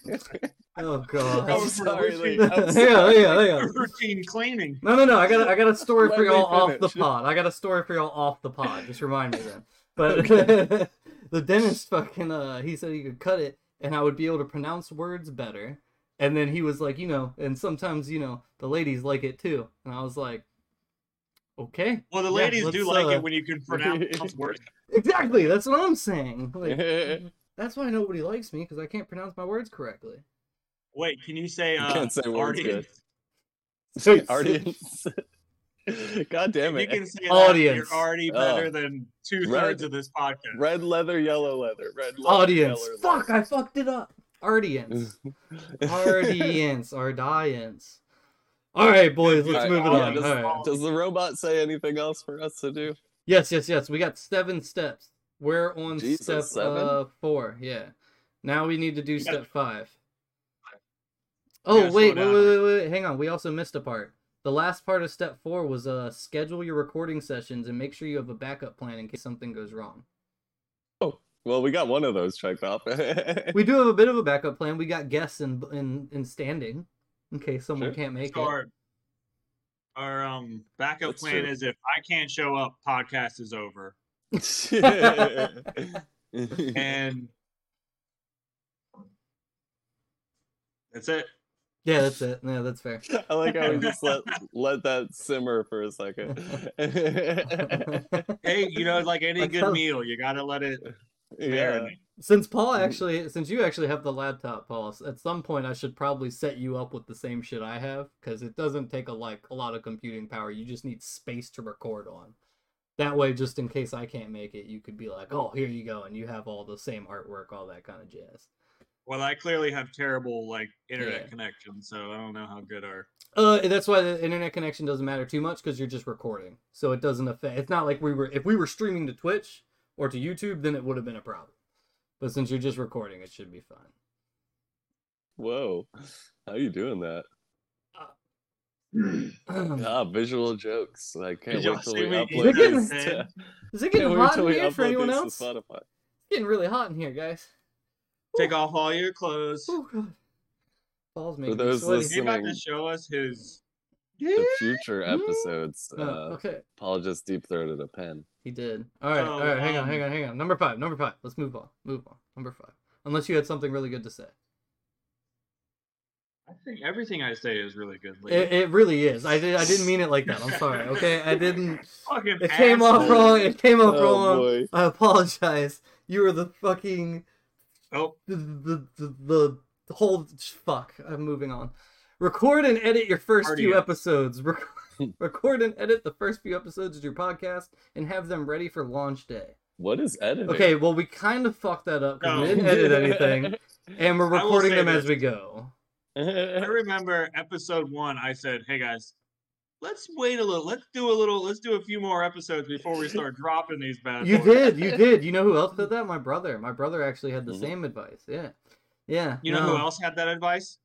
S3: Oh
S1: I'm
S3: god.
S1: sorry, Lee.
S3: hang
S1: I'm
S3: on,
S1: sorry.
S3: hang on, hang on.
S2: Routine cleaning.
S3: No, no, no. I got, a, I got a story
S1: Let
S3: for
S1: me
S3: y'all off the
S1: finish.
S3: pod. I got a story for y'all off the pod. Just remind me then. But the dentist fucking, uh, he said he could cut it, and I would be able to pronounce words better. And then he was like, you know, and sometimes you know the ladies like it too. And I was like, Okay.
S2: Well, the
S3: Yeah,
S2: ladies do
S3: let's,
S2: like
S3: uh,
S2: it when you can pronounce words.
S3: Exactly. That's what I'm saying. Like,
S2: Mm-hmm.
S1: you
S3: that's why nobody likes me because I can't pronounce my words correctly.
S2: Wait,
S4: Can you say uh,
S1: can't say words good.
S4: audience?
S1: Audience. God damn
S2: you
S1: it.
S2: can say
S3: Audience.
S2: That, you're already
S1: Oh.
S2: better than two thirds
S1: Right.
S2: of this podcast.
S1: Red leather, yellow leather. Red leather,
S3: Audience.
S1: yellow
S3: Fuck,
S1: leather.
S3: I fucked it up. Audience. Audience. Audience. All right, boys, let's
S1: Alright,
S3: move it
S1: yeah,
S3: on.
S1: just-
S3: All right.
S1: Does the robot say anything else for us to do?
S3: Yes, yes, yes. We got seven steps. We're on
S1: Jesus,
S3: step
S1: seven?
S3: Uh, four. Yeah. Now we need to do
S2: gotta-
S3: step five.
S2: gotta
S3: Oh
S2: slow
S3: wait, wait,
S2: down.
S3: wait, wait, wait! Hang on, we also missed a part. The last part of step four was uh schedule your recording sessions and make sure you have a backup plan in case something goes wrong.
S1: Well, we got one of those checked off.
S3: We do have a bit of a backup plan. We got guests in in, in standing in case someone
S1: Sure.
S3: can't make
S2: So our, our um backup
S1: That's
S2: plan
S1: true.
S2: is if I can't show up, podcast is over. And that's it.
S3: it. Yeah, that's it. No, that's fair.
S1: I like how we just let let that simmer for a second.
S2: Hey, you know, like any
S3: Like
S2: good
S3: how-
S2: meal, you gotta let it
S1: yeah.
S2: marinate.
S3: Since Paul
S1: Mhm.
S3: actually, since you actually have the laptop, Paul, s- at some point I should probably set you up with the same shit I have because it doesn't take a like a lot of computing power. You just need space to record on. That way, just in case I can't make it, you could be like, "Oh, here you go," and you have all the same artwork, all that kind of jazz.
S2: Well, I clearly have terrible like internet
S3: Yeah.
S2: connection, so I don't know how good our
S3: Uh, and that's why the internet connection doesn't matter too much because you're just recording, so it doesn't affect. It's not like we were if we were streaming to Twitch or to YouTube, then it would have been a problem. But since you're just recording, it should be fine.
S1: Whoa. How you doing that?
S3: Um,
S1: Ah, visual jokes. I can't
S4: Did y'all
S1: wait till
S4: see
S1: we
S4: me
S1: upload
S3: eating
S1: these.
S4: that
S1: To,
S3: Is it
S1: can't
S3: getting
S1: wait
S3: hot
S1: till
S3: in
S1: we
S3: here for
S1: upload
S3: anyone
S1: these to
S3: else?
S1: Spotify.
S3: getting really hot in here, guys.
S2: take off all your clothes.
S3: Oh god. Balls making me
S1: those
S3: sweaty.
S2: He about to
S1: listening-
S2: show us his
S1: The future episodes.
S3: Oh,
S1: Uh,
S3: okay.
S1: Paul just deep throated a pen.
S3: He did. All right,
S2: So,
S3: all right. Hang on,
S2: um,
S3: hang on, hang on. Number five, number five. Let's move on. Move on. Number five. Unless you had something really good to say.
S2: I think everything I say is really good. Lee.
S3: It, it really is. I did. I didn't mean it like that. I'm sorry. Okay. I didn't.
S2: Fucking
S3: It came off
S2: asshole.
S3: wrong. It came off
S1: Oh
S3: wrong.
S1: boy.
S3: I apologize. You were the fucking
S2: Oh,
S3: the the the, the whole fuck. I'm moving on. Record and edit your first few
S2: Cardio.
S3: episodes. Rec- record and edit the first few episodes of your podcast and have them ready for launch day.
S1: What is editing?
S3: Okay, well we kind of fucked that up because
S2: No.
S3: we didn't edit anything, and we're
S2: I will
S3: recording
S2: say
S3: them as
S2: this.
S3: we go.
S2: I remember episode one. I said, "Hey guys, let's wait a little. Let's do a little. Let's do a few more episodes before we start dropping these bad
S3: You
S2: boys."
S3: did, you did. You know who else did that? My brother. My brother actually had the
S1: Mhm.
S3: same advice. Yeah, yeah.
S2: Mm-hmm. You know
S3: no.
S2: who else had that advice?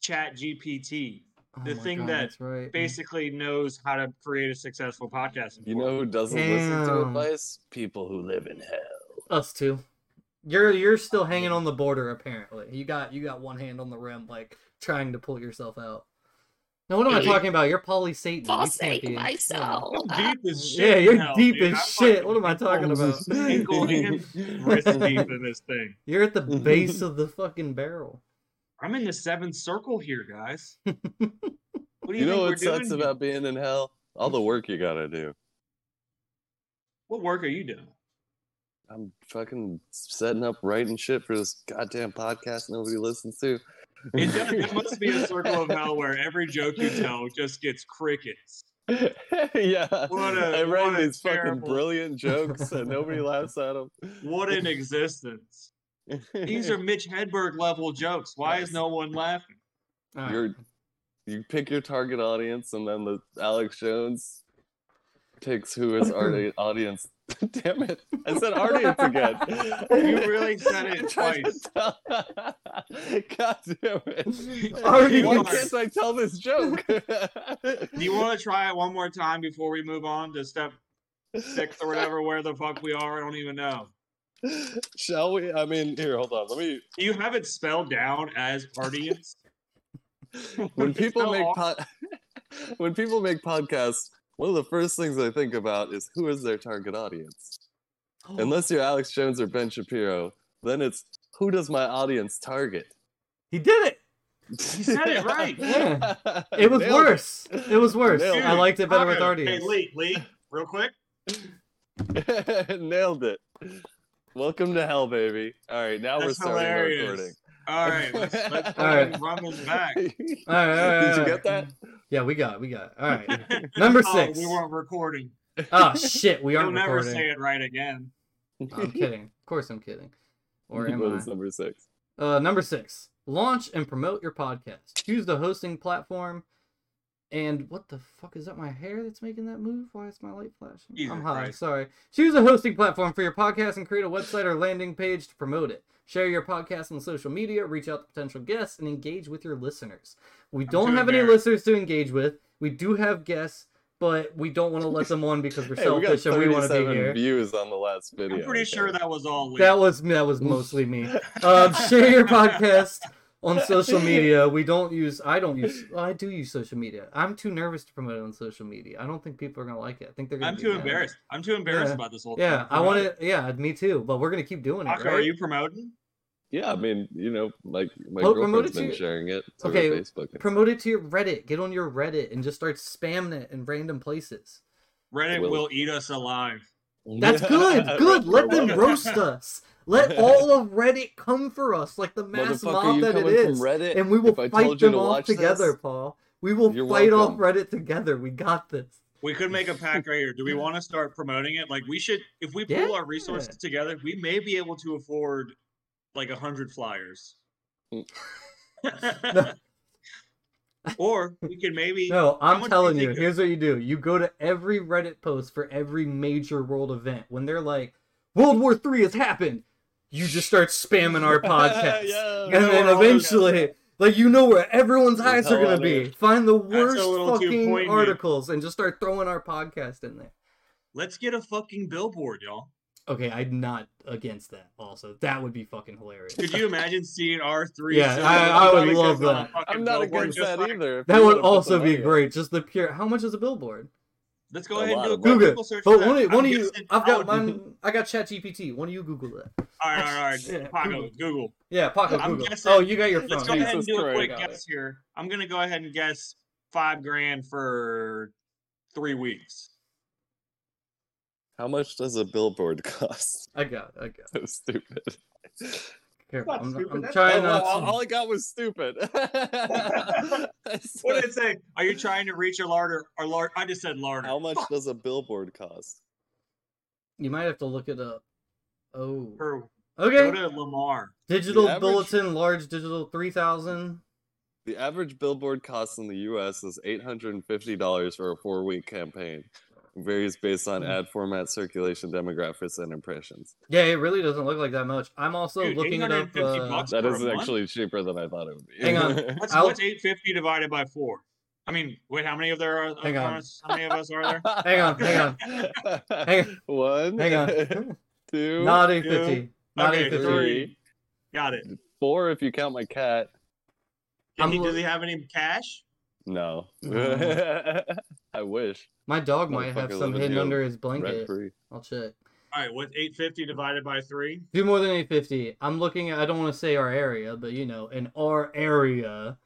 S2: Chat GPT
S3: Oh
S2: the
S3: my
S2: thing
S3: God,
S2: that
S3: that's right. Mm.
S2: basically knows how to create a successful podcast.
S1: You know who doesn't listen to
S3: Damn.
S1: advice? People who live in hell.
S3: Us too. You're you're still hanging on the border apparently. You got you got one hand on the rim, like trying to pull yourself out. No, what am I
S2: Hey.
S3: talking about? You're poly Satan. You can't be-
S5: forsake
S3: yeah.
S5: myself.
S2: deep as shit.
S3: Yeah, you're
S2: now,
S3: deep
S2: dude.
S3: as
S2: I'm
S3: shit.
S2: fucking
S3: What am I talking about?
S2: Ankle and wrist deep in this thing.
S3: You're at the base of the fucking barrel.
S2: I'm in the seventh circle here, guys. What do you,
S1: You
S2: think
S1: know
S2: we're
S1: what sucks
S2: doing? here?
S1: about being in hell? All the work you gotta do.
S2: What work are you doing?
S1: I'm fucking setting up writing shit for this goddamn podcast nobody listens to.
S2: It, does, it must be a circle of hell where every joke you tell just gets crickets.
S1: yeah.
S2: What a-
S1: I write
S2: what a
S1: these fucking
S2: terrible-
S1: brilliant jokes and nobody laughs at them.
S2: What an existence! These are Mitch Hedberg level jokes. Why is no one laughing?
S3: All right.
S1: You're, you pick your target audience, and then the Alex Jones picks who his arti- audience. Damn it! I said audience again.
S2: You really said
S1: I
S2: it
S1: tried to
S2: twice.
S1: tell- God damn it! Why
S3: Audience.
S1: can't I tell this joke?
S2: Do you want to try it one more time before we move on to step six or whatever, where the fuck we are? I don't even know.
S1: Shall we? I mean, here, hold on. Let me.
S2: Do you have it spelled down as audience?
S1: when
S2: It's
S1: people
S2: so
S1: make
S2: aw-
S1: pod- when people make podcasts, one of the first things I think about is who is their target audience. Unless you're Alex Jones or Ben Shapiro, then it's who does my audience target?
S3: he did it.
S1: He
S2: said it right.
S3: It was worse. It. was worse.
S1: Nailed
S3: I
S1: it.
S3: liked it better with
S4: Connor,
S3: Artie.
S4: Hey, Lee, Lee, real quick.
S1: Nailed it. Welcome to hell, baby. All right, now
S2: That's
S1: we're starting
S2: hilarious.
S1: the recording.
S2: All right, let's, let's
S3: All right.
S2: fucking run this back.
S3: All right, all right,
S1: Did
S3: all
S1: you
S3: right.
S1: get that?
S3: Yeah, we got, it, we got. it. All right, number six.
S2: Oh, we weren't recording.
S3: Oh shit, we
S2: You'll
S3: aren't
S2: never
S3: recording.
S2: say it right again.
S3: I'm kidding. Of course, I'm kidding. Or am
S1: What
S3: I?
S1: is number six?
S3: Uh, number six, launch and promote your podcast. Choose the hosting platform. And what the fuck is that? My hair that's making that move? Why is my light flashing?
S2: Jesus
S3: I'm high.
S2: Christ.
S3: Sorry. Choose a hosting platform for your podcast and create a website or landing page to promote it. Share your podcast on social media. Reach out to potential guests and engage with your listeners. We don't
S2: too
S3: have any
S2: embarrassed.
S3: listeners to engage with. We do have guests, but we don't want to let them on because we're
S1: Hey, we got
S3: selfish and we want to be
S1: 37
S3: here.
S1: views on the last video.
S2: I'm pretty sure
S1: okay?
S2: that was all. Lee.
S3: That was that was mostly me. Um, share your podcast on social media. We don't use. I don't use. Well, I do use social media. I'm too nervous to promote it on social media. I don't think people are gonna like it. I think they're gonna.
S2: I'm
S3: be
S2: too
S3: mad.
S2: embarrassed. I'm too embarrassed
S3: Yeah.
S2: about this whole
S3: Yeah,
S2: thing.
S3: I want to. Yeah, me too. But we're gonna keep doing it,
S2: Tucker,
S3: right?
S2: Are you promoting?
S1: Yeah, I mean, you know, like my
S3: Well, promote
S1: girlfriend's
S3: it to
S1: been
S3: your-
S1: sharing it to
S3: Okay,
S1: her Facebook. and
S3: Promote it to your Reddit. Get on your Reddit and just start spamming it in random places.
S2: Reddit
S1: Will.
S2: will. eat us alive.
S1: stuff.
S3: That's good. Good. Let them
S2: welcome.
S3: roast us. Let all of Reddit come for us, like the mass
S1: Motherfucker,
S3: mob
S1: you
S3: that it
S1: coming
S3: is.
S1: from Reddit?
S3: and we will
S1: If I
S3: fight
S1: told you
S3: them
S1: to
S3: off
S1: watch this-
S3: together, Paul. We will
S1: You're
S3: fight
S1: welcome.
S3: off Reddit together. We got this.
S2: We could make a pack right here. Do we want to start promoting it? Like we should, if we pull our resources together, we may be able to afford like a hundred flyers.
S1: Mm.
S2: or we could maybe
S3: No,
S2: much
S3: I'm
S2: do you
S3: telling you,
S2: think it-
S3: here's what you do. You go to every Reddit post for every major world event. When they're like, World War Three has happened, you just start spamming our podcast.
S1: Yeah.
S3: And then
S2: We're all
S3: eventually, like you know where everyone's
S1: We're
S3: eyes are
S1: hell
S3: gonna
S1: on
S3: be.
S1: earth.
S3: Find the
S2: a
S3: worst
S2: little too
S3: fucking
S2: poignant.
S3: articles and just start throwing our podcast in there.
S2: let's get a fucking billboard, y'all.
S3: Okay, I'm not against that also. That would be fucking hilarious.
S2: Could you imagine seeing R three?
S3: Yeah, I- I would love that.
S1: I'm not against that either. if
S3: That
S1: you
S3: would
S1: wanna put
S3: also
S1: the
S3: be
S1: money up.
S3: great. Just the pure. How much is a billboard?
S2: Let's go
S1: A
S2: ahead and
S1: lot
S2: do a
S1: of
S2: quick
S1: money.
S2: Google
S3: Google.
S2: search.
S3: But
S2: for
S3: one,
S2: that.
S3: of- one
S2: I'm
S3: of you,
S2: guessing-
S3: I've
S2: I
S3: got
S2: would-
S3: mine. I got ChatGPT. One of you Google that.
S2: All right, all right, all right. Paco, Google.
S3: Yeah, Paco,
S2: I'm
S3: Google.
S2: guessing-
S3: oh, you got your phone.
S2: Let's go
S1: Oh,
S2: ahead and
S1: Jesus
S2: do a
S1: Christ.
S2: quick
S3: Got it.
S2: guess here. I'm gonna go ahead and guess five grand for three weeks.
S1: How much does a billboard cost?
S3: I got. It, I got. It.
S1: So stupid.
S3: Here,
S4: That's
S3: I'm,
S4: stupid.
S3: I'm
S4: That's-
S1: Oh,
S3: trying
S1: well,
S3: not.
S1: all,
S3: To...
S1: all I got was stupid.
S4: What did it say?
S2: Are you trying to reach your larder or lar- I just said larder.
S1: How much
S2: Fuck,
S1: does a billboard cost?
S3: You might have to look it up. Oh.
S2: her. Go
S3: Okay.
S2: to Lamar.
S3: Digital
S1: The average-
S3: bulletin, large digital, three thousand.
S1: The average billboard cost in the U.S. is $850 for a four-week campaign. It varies based on
S3: Hmm.
S1: ad format, circulation, demographics, and impressions.
S3: Yeah, it really doesn't look like that much. I'm also
S2: Dude,
S3: looking it up.
S2: 850
S3: uh,
S2: bucks?
S1: That
S2: For a
S1: is
S2: month?
S1: actually cheaper than I thought it would be.
S3: Hang on.
S2: What's,
S3: I'll-
S2: what's 850 divided by four? I mean, wait, how many of there are?
S3: Hang
S2: how
S3: on.
S2: much- How many of us are there?
S3: Hang on, hang on, hang on,
S1: One,
S3: hang on.
S1: two,
S3: Not eight fifty. Not
S2: Okay,
S3: eight fifty.
S2: three.
S1: three,
S2: Got it.
S1: four if you count my cat.
S3: I'm
S2: Can he, does
S3: lo-
S2: he have any cash?
S1: No.
S3: Mm.
S1: I wish.
S3: My dog might have
S1: Motherfucker
S3: some
S1: living
S3: hidden
S1: here
S3: under his
S1: Rent
S3: blanket.
S1: free.
S3: I'll check.
S2: All right, what's 850 divided by three?
S3: Do more than 850. I'm looking at, I don't want to say our area, but you know, in our area,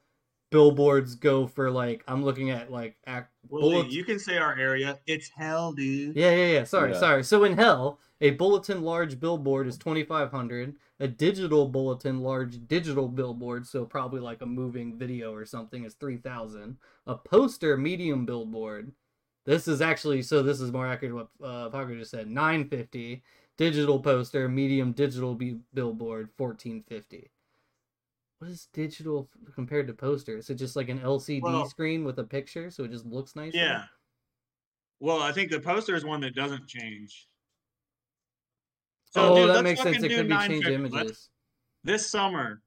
S3: billboards go for like, I'm looking at like, act,
S2: Well, Lee,
S3: Bullet-
S2: you can say our area. It's hell, dude.
S3: yeah, yeah, yeah. Sorry,
S1: Yeah.
S3: sorry. So in hell, a bulletin large billboard is 2,500. A digital bulletin large digital billboard, so probably like a moving video or something, is 3,000. A poster medium billboard. This is actually, so this is more accurate what uh, Parker just said 950. Digital poster, medium digital b- billboard, 1450. What is digital f- compared to poster? Is it just like an LCD
S2: Well-
S3: screen with a picture so it just looks nice?
S2: Yeah. Well, I think the poster is one that doesn't change.
S3: oh,
S2: dude,
S3: that
S2: let's
S3: makes sense.
S2: fucking
S3: It
S2: do
S3: could be changed
S2: 950. Let's-
S3: images.
S2: This summer,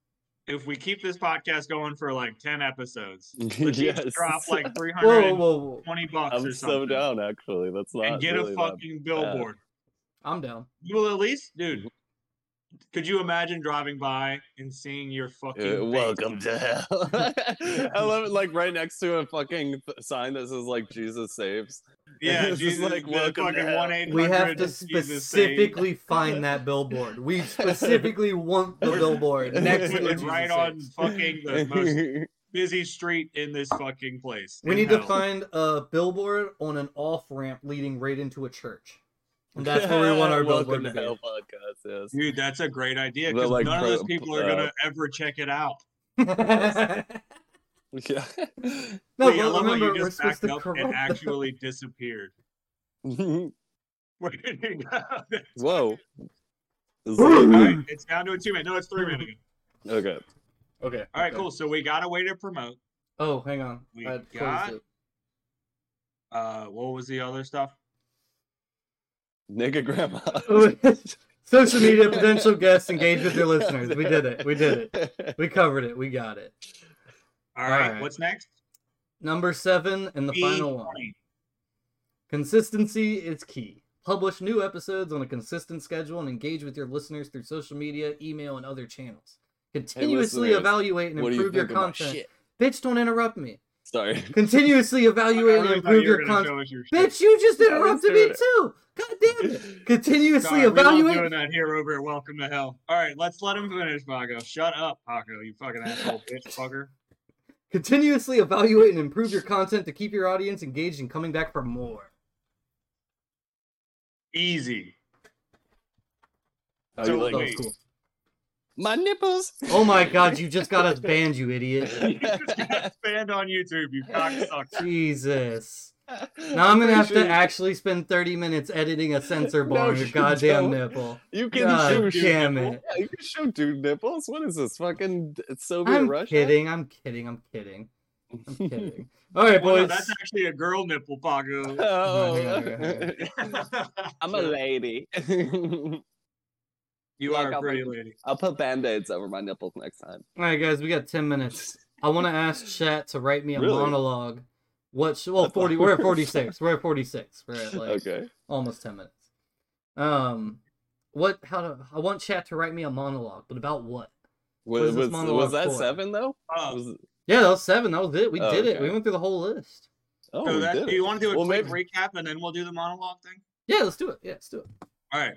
S2: if we keep this podcast going for like 10 episodes, let's each
S1: yes.
S2: drop like 300
S3: Whoa, whoa, whoa.
S2: bucks
S1: I'm
S2: or
S1: so
S2: something.
S1: down actually. That's not
S2: and get
S1: really
S2: a
S1: that
S2: fucking billboard.
S3: I'm down.
S2: You will at least, dude, Could you imagine driving by and seeing your fucking
S1: Mm-hmm. Uh,
S2: face?
S1: welcome to hell. I love it. Like right next to a fucking th- sign that says like Jesus saves.
S2: Yeah,
S1: It's just
S2: Jesus,
S1: like,
S2: the
S1: welcome to
S2: fucking
S1: hell.
S2: one eight.
S3: We have to specifically find that billboard. We specifically want the billboard next to
S1: Put
S2: put
S1: it
S3: a
S2: it
S3: Jesus
S2: right on
S3: Saves.
S2: fucking the most busy street in this fucking place.
S3: We
S2: in
S3: need to
S2: hell.
S3: find a billboard on an off ramp leading right into a church. And that's where we want our
S1: welcome
S3: billboard
S1: to
S3: to
S1: hell
S3: be.
S1: podcast. Yes.
S2: Dude, that's a great idea
S1: The,
S2: because
S1: like,
S2: none of
S1: pro-
S2: those people are
S1: uh,
S2: gonna ever check it out.
S1: Yeah.
S3: no,
S2: Wait, I love
S3: but
S2: how
S3: remember
S2: you
S3: we're
S2: just backed
S3: supposed to
S2: up and
S3: corrupt.
S2: actually disappeared. Where did it go?
S1: Whoa. Is
S2: All
S1: that-
S2: right, it's down to a two minute. No, it's three minute. again.
S1: okay.
S3: Okay.
S2: All right,
S3: okay.
S2: cool. So we got a way to promote.
S3: Oh, hang on.
S2: We
S3: I closed
S2: got-
S3: it.
S2: Uh, what was the other stuff?
S1: Nigga grandma.
S3: Social media potential guests engage with your listeners. We did it. We did it.
S1: it.
S3: We covered it. We got it.
S2: All right,
S3: right.
S2: what's next?
S3: Number seven and the
S2: Be
S3: final one.
S2: funny.
S3: Consistency is key. Publish new episodes on a consistent schedule and engage with your listeners through social media, email, and other channels. Continuously
S1: listeners,
S3: evaluate and
S1: What do you
S3: improve your
S1: think about
S3: content.
S1: shit?
S3: Bitch, don't interrupt me.
S1: Sorry.
S3: Continuously
S2: I
S3: evaluate and
S2: really thought
S3: improve
S2: you were
S3: your
S2: gonna
S3: content.
S2: show us your shit.
S3: Bitch, you just
S1: I was doing
S3: interrupted me
S1: it.
S3: too. God damn it. Continuously
S2: Sorry, we love doing
S3: evaluate.
S2: that here over at Welcome to Hell. All right, let's let him finish, Paco. Shut up, Paco. You fucking asshole, bitch, fucker.
S3: Continuously evaluate and improve your content to keep your audience engaged and coming back for more.
S2: Easy.
S1: How
S2: So
S1: you
S3: That
S1: like
S3: was
S2: wait.
S3: cool.
S1: my nipples?
S3: Oh my god, you just got us banned, you idiot.
S2: you just got banned on YouTube, you cocksucker.
S3: Jesus. Now I'm gonna have to actually spend 30 minutes editing a censor
S1: No,
S3: bar on your
S1: you
S3: goddamn
S1: don't.
S3: nipple.
S1: You can show
S3: God
S1: dude
S3: damn
S1: nipples.
S3: it!
S1: Yeah, you can show dude nipples. What is this fucking d- Soviet
S3: I'm
S1: Russia?
S3: kidding. I'm kidding. I'm kidding. I'm kidding. All right,
S2: Well, no,
S3: boys.
S2: that's actually a girl nipple, Paco.
S1: Oh, I'm a lady.
S2: you
S1: Look,
S2: are a
S1: I'm
S2: pretty
S1: like-
S2: lady.
S1: I'll put band-aids over my nipples next time.
S3: All right, guys. We got 10 minutes. I want to ask chat to write me a
S1: Really?
S3: monologue. What? Sh- well,
S1: That's
S3: 40.
S1: all.
S3: We're at 46. We're at 46. We're at like
S1: Okay.
S3: almost 10 minutes. Um, what? How to? I want chat to write me a monologue, but about what? What
S1: Was,
S3: is this
S1: was,
S3: monologue
S1: was that
S3: for?
S1: seven though?
S2: Uh,
S1: Was-
S3: Yeah, that was seven. That was it. We
S1: Oh,
S3: did it.
S1: okay.
S3: We went through the whole list.
S1: oh,
S2: so
S1: we
S2: that,
S1: did
S2: do
S1: it.
S2: you want to do a
S1: Well,
S2: quick
S1: maybe-
S2: recap and then we'll do the monologue thing?
S3: Yeah, let's do it. Yeah, let's do it.
S2: All right.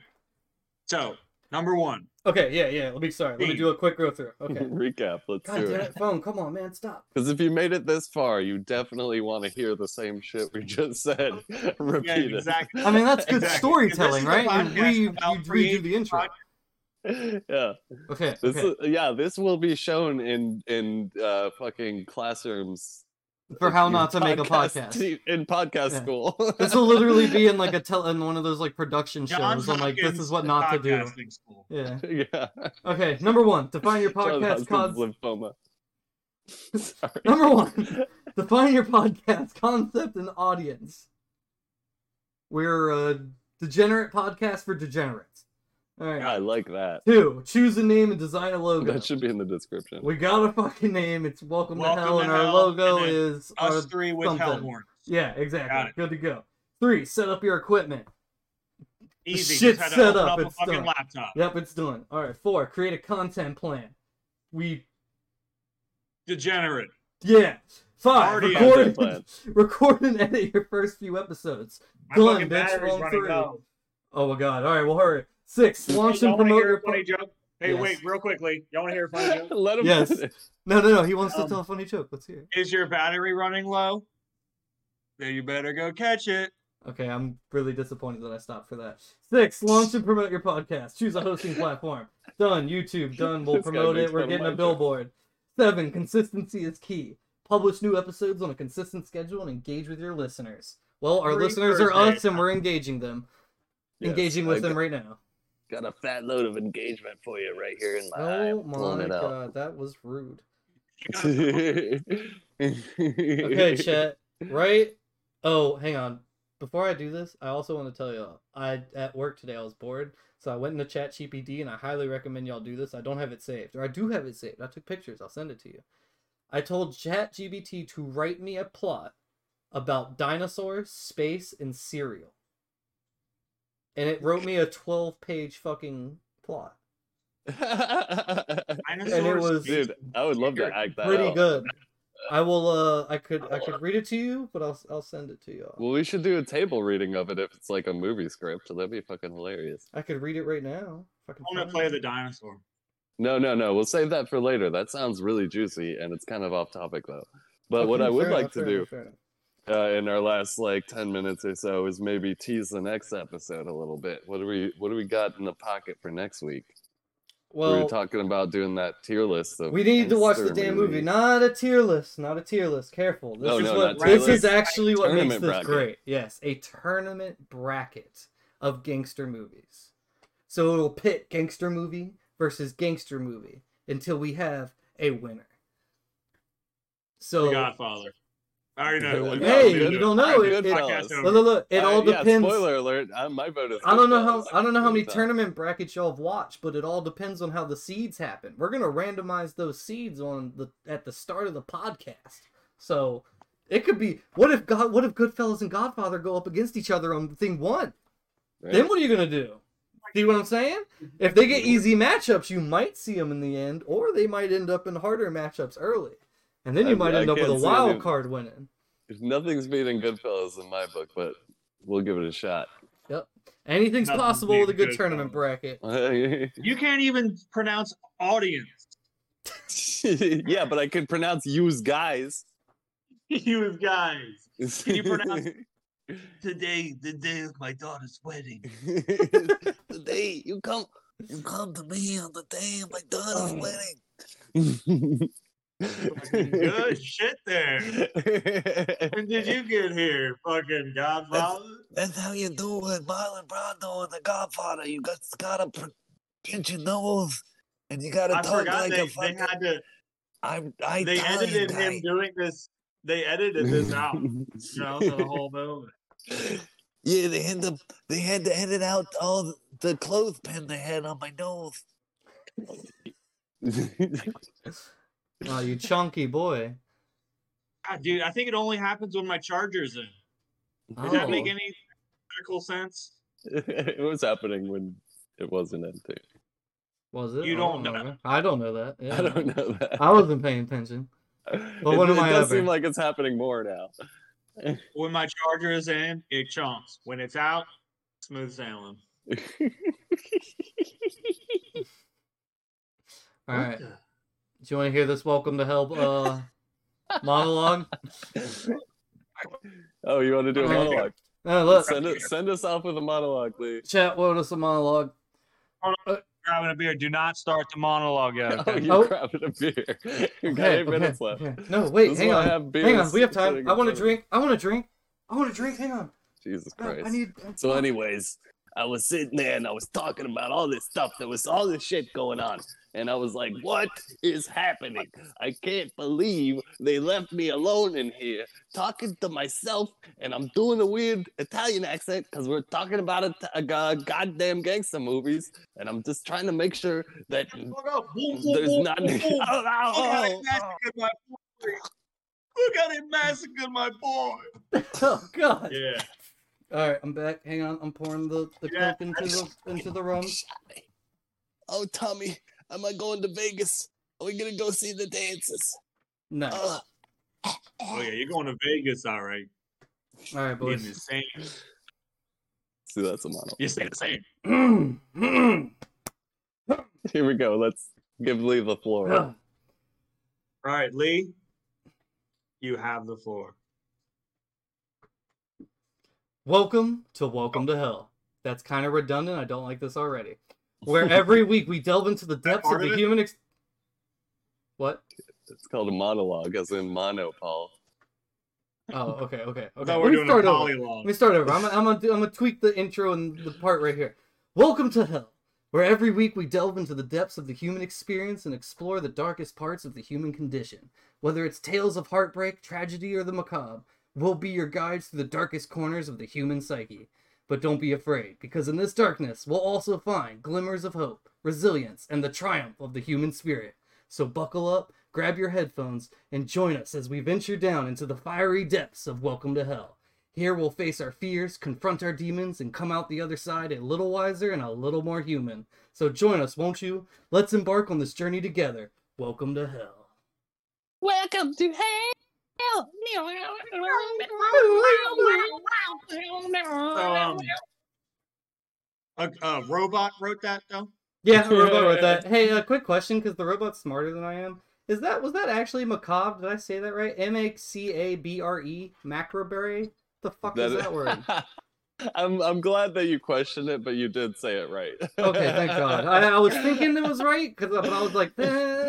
S2: So, number one.
S3: Okay, yeah, yeah. Let me sorry. Let me
S2: Dean.
S3: do a quick go through. Okay.
S1: Recap. Let's
S3: God
S1: do
S3: damn
S1: it.
S3: it, phone! Come on, man, stop.
S1: Because if you made it this far, you definitely want to hear the same shit we just said repeated.
S2: exactly.
S3: I mean, that's good
S2: Exactly.
S3: storytelling,
S2: This is a
S3: right?
S2: podcast
S3: You re- you
S2: about
S3: redo the intro.
S2: creating
S1: yeah,
S3: Okay.
S1: this
S3: okay.
S1: is- yeah, this will be shown in in uh, fucking classrooms
S3: For how not to
S1: in
S3: make a
S1: podcast
S3: podcast.
S1: te- in podcast
S3: Yeah.
S1: school.
S3: This will literally be in like a tell in one of those like production
S2: John
S3: shows. I'm like, this
S2: Hopkins
S3: is what not to do.
S2: Podcasting School.
S3: Yeah.
S1: yeah,
S3: Okay. Number one, define your
S1: John
S3: podcast
S1: Hopkins
S3: concept.
S1: lymphoma. Sorry.
S3: Number one, define your podcast concept and audience. We're a degenerate podcast for degenerates. All right.
S1: I like that.
S3: Two, choose a name and design a logo.
S1: That should be in the description.
S3: We got a fucking name. It's Welcome,
S2: Welcome
S3: to Hell,
S2: to
S3: and our
S2: Hell,
S3: logo
S2: and then
S3: is. Our...
S2: Us three with
S3: something.
S2: hell horns.
S3: Yeah,
S2: Got
S3: exactly.
S2: it.
S3: Good to go. Three, set up your equipment.
S2: Easy.
S3: shit's
S2: just had to
S3: set
S2: open
S3: up,
S2: up, a
S3: it's
S2: fucking
S3: done.
S2: laptop.
S3: Yep, it's done. All right, four, create a content plan. We.
S2: Degenerate.
S3: Yeah. Five,
S2: Already
S1: Content
S3: record,
S1: plan.
S3: record and edit your first few episodes.
S2: My
S3: Done,
S2: fucking
S3: bitch,
S2: battery's
S3: wrong
S2: running
S3: through.
S2: low.
S3: Oh my god. All right, well, hurry. Six, launch
S2: Y'all
S3: and
S2: wanna
S3: promote
S2: hear
S3: your.
S2: a funny
S3: Po-
S2: joke? Hey,
S3: Yes.
S2: wait, real quickly. Y'all want to hear a funny joke?
S1: Let him.
S3: Yes. no, no, no. He wants
S2: Um,
S3: to tell a funny joke. Let's hear it.
S2: Is your battery running low? Then you better go catch it.
S3: Okay, I'm really disappointed that I stopped for that. Six, launch and promote your podcast. Choose a hosting platform. Done, YouTube, done. We'll
S1: This guy
S3: promote it.
S1: makes
S3: We're
S1: fun of
S3: getting
S1: my
S3: a
S1: joke.
S3: billboard. Seven, consistency is key. Publish new episodes on a consistent schedule and engage with your listeners. Well, our
S2: Every
S3: listeners are
S2: Thursday.
S3: us and we're engaging them. engaging with
S1: I
S3: them right now.
S1: Got got a fat load of engagement for you right here in my eye.
S3: Oh
S1: I'm blowing
S3: my
S1: it out.
S3: god, that was rude.
S1: okay,
S3: Okay, chat. Right? Oh, hang on. Before I do this, I also want to tell y'all. I at work today. I was bored, so I went into Chat GPT, and I highly recommend y'all do this. I don't have it saved, or I do have it saved. I took pictures. I'll send it to you. I told Chat GPT to write me a plot about dinosaurs, space, and cereal, and it wrote me a twelve-page fucking plot. and it
S4: Dinosaurs.
S3: was
S1: Dude, I would love to act that
S3: pretty
S1: out.
S3: good. I will. Uh, I could. I could read it to you, but I'll. I'll send it to you. all
S1: Well, we should do a table reading of it if it's like a movie script. That'd be fucking hilarious.
S3: I could read it right now. If I can
S2: I'm gonna
S3: find
S2: play
S3: it.
S2: the dinosaur.
S1: No, no, no. We'll save that for later. That sounds really juicy, and it's kind of off topic though. But what
S3: Okay,
S1: I would
S3: fair
S1: like
S3: enough,
S1: to
S3: fair
S1: do
S3: enough, fair enough.
S1: uh, in our last like ten minutes or so is maybe tease the next episode a little bit. What do we What do we got in the pocket for next week? we
S3: Well,
S1: were talking about doing that tier list of.
S3: we need to watch the
S1: gangster
S3: damn movie.
S1: movies.
S3: Not a tier list. Not a tier list. Careful. This
S1: No,
S3: is
S1: no,
S3: what.
S1: not
S2: tier
S3: This is
S1: list.
S3: actually what makes
S1: Tournament
S3: this
S1: bracket.
S3: great. Yes, a tournament bracket of gangster movies. So it'll pit gangster movie versus gangster movie until we have a winner. So
S2: The Godfather. I already know. who it is.
S1: Oh. Hey,
S2: I already
S1: you
S3: don't know,
S2: I
S3: it-
S2: did
S1: it-
S2: podcast
S1: Look,
S3: look,
S2: over.
S3: look, look, it
S1: Uh,
S3: all
S1: yeah,
S3: depends.
S1: Spoiler alert! I, my vote is.
S3: I don't know how
S1: Goodfellas.
S3: I don't know how many
S1: Goodfellas.
S3: tournament brackets y'all have watched, but it all depends on how the seeds happen. We're gonna randomize those seeds on the at the start of the podcast. So it could be what if God what if Goodfellas and Godfather go up against each other on thing one?
S1: Right?
S3: Then what are you gonna do? See what I'm saying? If they get easy matchups, you might see them in the end, or they might end up in harder matchups early, and then you
S1: I-
S3: might
S1: I
S3: end up with a
S1: can't see
S3: wild
S1: any-
S3: card winning.
S1: Nothing's beating Goodfellas in my book, but we'll give it a shot.
S3: Anything's
S2: Nothing's
S3: possible with a
S2: beating
S3: good tournament
S2: Goodfellas.
S3: bracket.
S2: You can't even pronounce audience.
S1: yeah, but I could pronounce "use guys."
S4: you guys.
S1: Can
S4: you pronounce- Today, the day of my daughter's wedding.
S1: the day you come, you come to me on the day of my daughter's wedding.
S4: Fucking Good shit there. When did you get here, fucking Godfather?
S1: That's how you do it, Marlon Brando and The Godfather. You got gotta pr- pinch your nose, and you gotta
S4: I
S1: talk
S4: forgot
S1: like
S4: they,
S1: a
S4: they
S1: fucking.
S4: had to.
S1: I'm, I
S4: They edited him doing this. They edited this out. You know, for the whole movie.
S1: yeah, they had to they had to edit out all the clothespin they had on my nose.
S3: Oh, you chunky boy.
S2: God, Ah, dude, I think it only happens when my charger's in. Does that make
S3: Oh.
S2: any practical sense?
S1: it was happening when it wasn't in too.
S3: Was it?
S2: You
S3: I
S2: don't know.
S3: remember. I don't know that. Yeah.
S1: I don't know that.
S3: I wasn't paying attention.
S1: it,
S3: what am
S1: it
S3: I
S1: does
S3: ever?
S1: seem like it's happening more now.
S2: When my charger is in, it chunks. When it's out,
S4: Smooth sailing.
S3: All
S4: What
S3: right.
S4: the-
S3: Do you want to hear this "Welcome to Hell" uh, monologue?
S1: oh, you want to do a
S3: Okay.
S1: monologue?
S3: No, look,
S1: Send, it, send us off with a monologue, Lee.
S3: chat wrote us a monologue.
S2: grabbing a beer. Do not start the monologue yet.
S1: Oh,
S2: Okay?
S1: you
S3: Oh.
S1: grabbed a beer. You got eight minutes left.
S3: okay. No, wait,
S1: This is
S3: hang
S1: why I
S3: on,
S1: have
S3: hang on.
S1: beers
S3: We have time.
S1: sitting
S3: I
S1: in
S3: want to
S1: front of me.
S3: drink. I want to drink. I want to drink. Hang on.
S1: Jesus
S3: I, I
S1: Christ.
S3: need.
S1: So, anyways, I was sitting there and I was talking about all this stuff. There was all this shit going on. And I was like, what is happening? I can't believe they left me alone in here talking to myself. And I'm doing a weird Italian accent because we're talking about a, a go- goddamn gangster movies. And I'm just trying to make sure that
S4: Fuck up. Boom, boom,
S1: there's
S4: boom,
S1: not. Oh,
S4: boom, boom.
S1: Ow, ow,
S3: Oh,
S4: Look how they
S1: ow, ow.
S4: massacred my boy. Look how they massacred my boy.
S3: Oh God.
S4: Yeah.
S3: All right, I'm back. Hang on. I'm pouring the the
S4: Yeah.
S3: coke into the into the rum.
S1: Oh, Tommy, am I going to Vegas? Are we going to go see the dances?
S3: No.
S1: Ugh.
S2: Oh yeah, you're going to Vegas, all right.
S3: All right,
S2: You're
S3: boys.
S2: the same.
S1: See, that's a monologue.
S2: You stay the same.
S1: Here we go. Let's give Lee the floor.
S2: All right, Lee. You have the floor.
S3: Welcome to Welcome to Hell. That's kind of redundant. I don't like this already. Where every week we delve into the depths of
S2: part
S3: the
S2: of it?
S3: human ex- What?
S1: It's called a monologue, as in mono, Paul.
S3: Oh, okay, okay, okay.
S2: No,
S3: Let
S2: we're
S3: me
S2: doing a
S3: start over. Let
S2: polylogue.
S3: me start over. I'm gonna, I'm gonna, do- I'm gonna tweak the intro and the part right here. Welcome to Hell, where every week we delve into the depths of the human experience and explore the darkest parts of the human condition. Whether it's tales of heartbreak, tragedy, or the macabre, we'll be your guides through the darkest corners of the human psyche. But don't be afraid, because in this darkness, we'll also find glimmers of hope, resilience, and the triumph of the human spirit. So buckle up, grab your headphones, and join us as we venture down into the fiery depths of Welcome to Hell. Here we'll face our fears, confront our demons, and come out the other side a little wiser and a little more human. So join us, won't you? Let's embark on this journey together. Welcome to hell.
S5: Welcome to hell.
S2: um, a, Um, a robot wrote that though.
S3: Yeah, robot with that. Hey, a uh, quick question, because the robot's smarter than I am. Is that was that actually macabre? Did I say that right? M a c a b r e macroberry. The fuck is that word?
S1: I'm I'm glad that you questioned it, but you did say it right.
S3: Okay, thank God. I, I was thinking it was right because I was like, eh.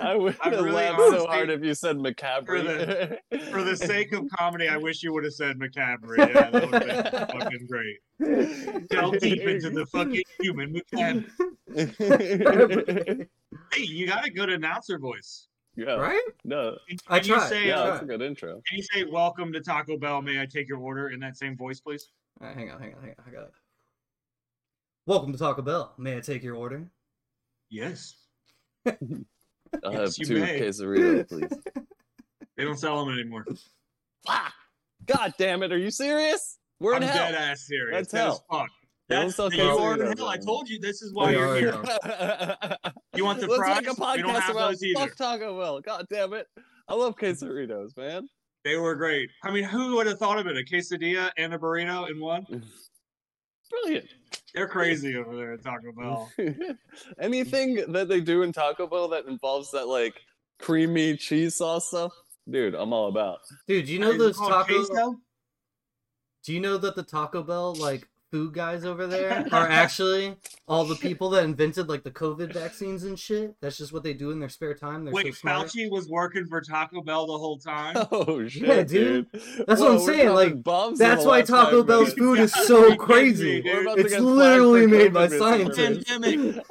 S1: I would
S2: I'm
S1: have
S2: really
S1: laughed
S2: honestly-
S1: so hard if you said macabre.
S2: For the sake of comedy, I wish you would have said macabre. Yeah, that would have been fucking great. Delve deep into the fucking human macabre. Hey, you got a good announcer voice.
S1: yeah,
S3: right?
S1: no,
S2: Can,
S3: I
S2: can you
S3: tried,
S2: say,
S1: yeah,
S3: try.
S1: that's a good intro.
S2: Can you say "Welcome to Taco Bell"? May I take your order in that same voice, please?
S3: All right, hang on, hang on, hang on. I got it. Welcome to Taco Bell. May I take your order?
S2: Yes.
S1: I'll
S2: Yes,
S1: have
S2: you
S1: two
S2: may.
S1: quesadillas, please.
S2: They don't sell them anymore.
S1: ah, God damn it! Are you serious? We're
S2: I'm
S1: in
S2: dead
S1: hell.
S2: ass serious.
S1: That's
S2: Dead as
S1: hell.
S2: fuck.
S1: They don't
S4: That's
S1: sell
S4: the you
S1: quesadillas
S4: are in hell. I
S1: anymore.
S4: told you this is why
S3: We
S4: you're
S3: are in
S4: here.
S3: hell.
S2: You want the
S1: Let's
S2: fries?
S1: make a
S2: we don't
S1: podcast
S2: have
S1: about
S2: those either.
S1: fuck Taco Bell. God damn it! I love quesadillas, man.
S2: They were great. I mean, who would have thought of it? A quesadilla and a burrito in one?
S1: Brilliant.
S2: They're crazy over there at Taco Bell.
S1: Anything that they do in Taco Bell that involves that like creamy cheese sauce stuff, dude, I'm all about.
S3: Dude, do you know
S2: Is it
S3: those
S2: called
S3: tacos?
S2: queso?
S3: Do you know that the Taco Bell like food guys over there are actually all the people that invented like the COVID vaccines and shit? That's just what they do in their spare time. They're so
S2: Wait,
S3: smart.
S2: Fauci was working for Taco Bell the whole time.
S1: Oh shit,
S3: dude.
S1: dude.
S3: That's what
S1: Whoa,
S3: I'm
S1: we're
S3: saying,
S1: dropping
S3: like,
S1: bombs in
S3: that's
S1: the
S3: why
S1: last
S3: Taco
S1: five
S3: Bell's
S1: minutes.
S3: food is
S2: Yeah,
S3: so
S2: you kidding me,
S3: crazy.
S2: dude?
S1: We're about to
S3: It's
S1: get flagged
S3: literally
S1: for
S3: made
S1: COVID
S3: by
S1: misinformation.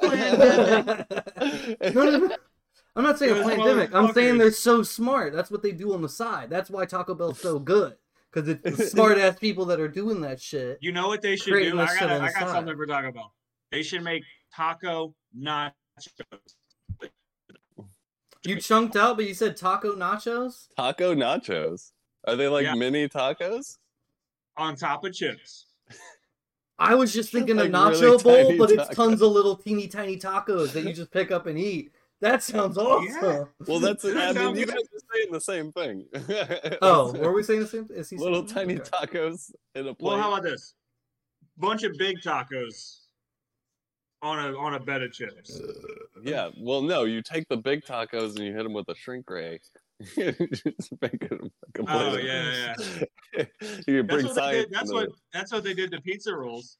S4: Pandemic.
S3: No, no, no. I'm not saying a
S2: Those
S3: pandemic. I'm saying they're
S2: motherfuckers.
S3: so smart. That's what they do on the side. That's why Taco Bell's so good. Because it's the smart ass people that are doing that shit.
S2: You know what they should
S3: Creating
S2: do?
S3: this
S2: I
S3: shit
S2: got,
S3: on
S2: I
S3: the
S2: got
S3: side.
S2: something for Taco Bell. They should make taco nachos.
S3: You chunked out, but you said taco nachos?
S1: Taco nachos. Are they like
S2: Yeah.
S1: mini tacos?
S2: on top of chips.
S3: I was just thinking a
S1: Like really
S3: nacho bowl,
S1: tiny
S3: but it's
S1: tacos.
S3: tons of little teeny tiny tacos that you just pick up and eat. That sounds awesome.
S1: Well, that's
S2: That
S1: I mean,
S2: sounds
S1: you
S2: good.
S1: guys are saying the same thing.
S3: Oh, were we saying the same? Is he saying
S1: little
S3: the
S1: tiny
S3: same? Okay.
S1: tacos in a plate.
S2: Well, how about this? Bunch of big tacos on a on a bed of chips.
S1: Uh, Yeah, well, no, you take the big tacos and you hit them with a shrink ray. Just make it like a
S2: Oh
S1: blizzard.
S2: yeah, yeah.
S1: you
S2: That's
S1: bring
S2: what they
S1: science.
S2: did. That's
S1: into
S2: what that's what they did to pizza rolls.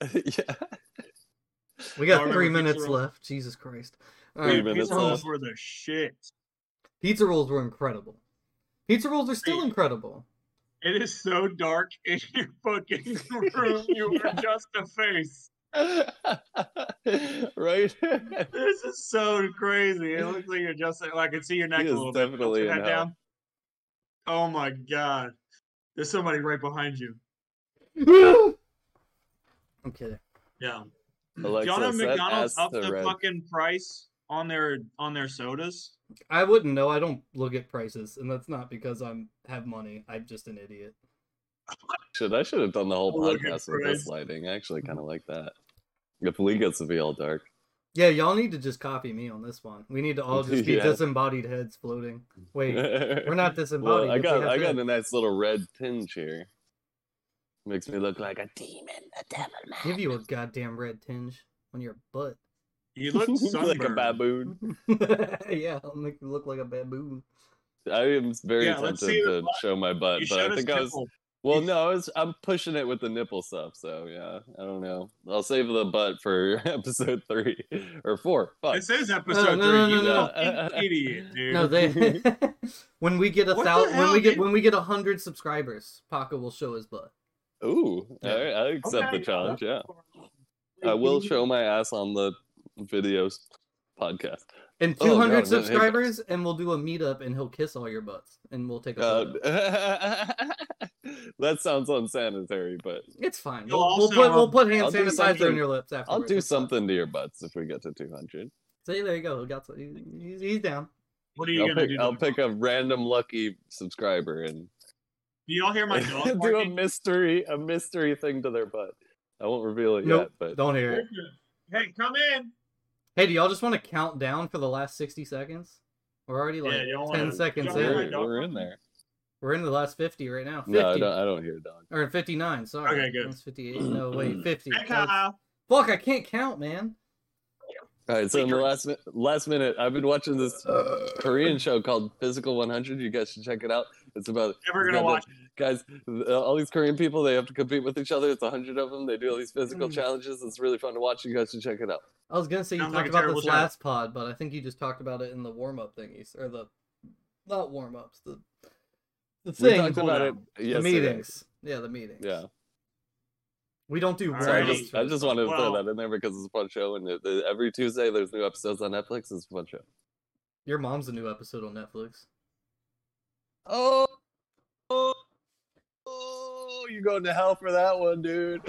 S1: it. yeah.
S3: We
S2: I
S3: got
S2: remember
S3: three
S2: pizza
S3: minutes
S2: roll.
S3: left. Jesus Christ. All
S1: Three
S3: right. Um,
S1: minutes
S2: Pizza
S1: left.
S2: rolls were the shit.
S3: Pizza rolls were incredible. Pizza rolls are still
S2: Hey.
S3: incredible.
S2: It is so dark in your fucking room. You are just a face.
S1: right?
S2: This is so crazy. It looks like you're just. Well, I can see your neck
S1: He
S2: a
S1: is
S2: little bit.
S1: definitely
S2: Turn
S1: in
S2: that
S1: hell.
S2: down. Oh my god! There's somebody right behind you.
S3: I'm kidding.
S2: Yeah.
S1: Alexa,
S2: Y'all know
S1: set
S2: McDonald's
S1: S
S2: up
S1: to
S2: the
S1: red.
S2: fucking price on their on their sodas.
S3: I wouldn't know. I don't look at prices, and that's not because I'm have money. I'm just an idiot.
S1: Shit, I should have done the whole
S2: I'm looking
S1: podcast
S2: for
S1: with this
S2: it.
S1: lighting. I actually kind of like that. If Lee gets to be all dark.
S3: Yeah, y'all need to just copy me on this one. We need to all just be
S1: Yeah.
S3: disembodied heads floating. Wait, we're
S1: We're
S3: not disembodied.
S1: Well, I
S3: it's
S1: got
S3: like
S1: I got
S3: said.
S1: a nice little red tinge here. Makes me look like a demon, a devil man.
S3: give you a goddamn red tinge on your butt.
S2: You look
S1: like a
S2: sunburned.
S1: baboon.
S3: yeah, it'll make you look like a baboon.
S1: I am very
S2: Yeah, let's
S1: tempted
S2: see the
S1: to
S2: blood.
S1: show my butt,
S2: You
S1: but
S2: showed
S1: I
S2: us
S1: think I was
S2: nipple.
S1: well.
S2: You-
S1: No, I was. I'm pushing it with the nipple stuff. So yeah, I don't know. I'll save the butt for episode three or four. Fuck.
S2: This is episode
S3: no, no,
S2: three. You
S1: no, no.
S2: fucking idiot, dude.
S3: No, they when we get a
S2: What the
S3: thousand when
S2: hell,
S3: we get
S2: dude?
S3: when we get a hundred subscribers, Paco will show his butt.
S1: Ooh,
S3: Yeah.
S1: all right, I accept
S2: Okay,
S1: the challenge. Yeah, I will show my ass on the videos podcast.
S3: And
S1: Oh, no,
S3: 200
S1: no, hey, guys.
S3: subscribers, and we'll do a meetup, and he'll kiss all your butts, and we'll take a
S1: Uh,
S3: photo.
S1: that sounds unsanitary, but
S3: It's fine.
S2: You'll
S3: We'll, we'll
S2: also,
S3: put we'll
S2: um,
S3: put hand
S1: I'll do
S3: sanitizer in
S1: something-
S3: your lips after.
S1: I'll do something to your butts if we get to 200.
S3: See, there you go. Got some, he's, he's down.
S2: What are you
S1: I'll
S2: gonna
S1: pick,
S2: do?
S1: I'll
S2: to-
S1: pick a random lucky subscriber and
S4: Do y'all hear my dog
S1: do a
S4: barking?
S1: mystery a mystery thing to their butt. I won't reveal it
S3: Nope,
S1: yet, but
S3: don't hear it.
S4: Hey, come in.
S3: Hey, do y'all just want to count down for the last 60 seconds? We're already like
S4: Yeah, y'all
S3: 10
S4: wanna-
S3: seconds
S4: y'all wanna
S3: in.
S1: we're,
S4: dog
S1: we're in
S4: barking?
S1: there.
S3: We're in the last 50 right now. 50.
S1: No, I don't, I don't hear a dog.
S3: Or 59, sorry.
S4: Okay, good.
S3: That's 58. No, wait, 50.
S4: Hey,
S3: That's-
S4: Kyle.
S3: Fuck, I can't count, man.
S1: All right, so in the last mi- last minute, I've been watching this
S3: Uh.
S1: Korean show called Physical 100. You guys should check it out. It's about
S4: Never
S1: He's
S4: gonna
S1: got
S4: watch. it.
S1: guys, uh, all these Korean people, they have to compete with each other. It's a hundred of them. They do all these physical
S3: Mm.
S1: challenges. It's really fun to watch. You guys should check it out.
S3: I was gonna say you
S4: Sounds
S3: talked
S4: like a
S3: about
S4: terrible
S3: this
S4: show.
S3: last pod, but I think you just talked about it in the warm up thingies or the not warm ups, the the
S1: We
S3: thing,
S1: talked about it
S3: the
S1: yesterday.
S3: meetings. Yeah, the meetings.
S1: Yeah,
S3: we don't do
S4: All
S1: so I
S4: Alrighty.
S3: warm-ups
S1: just, I just wanted to
S4: Well-
S1: throw that in there because it's a fun show, and it, it- every Tuesday there's new episodes on Netflix. It's a fun show.
S3: Your mom's a new episode on Netflix.
S1: Oh, oh, oh, you going to hell for that one, dude?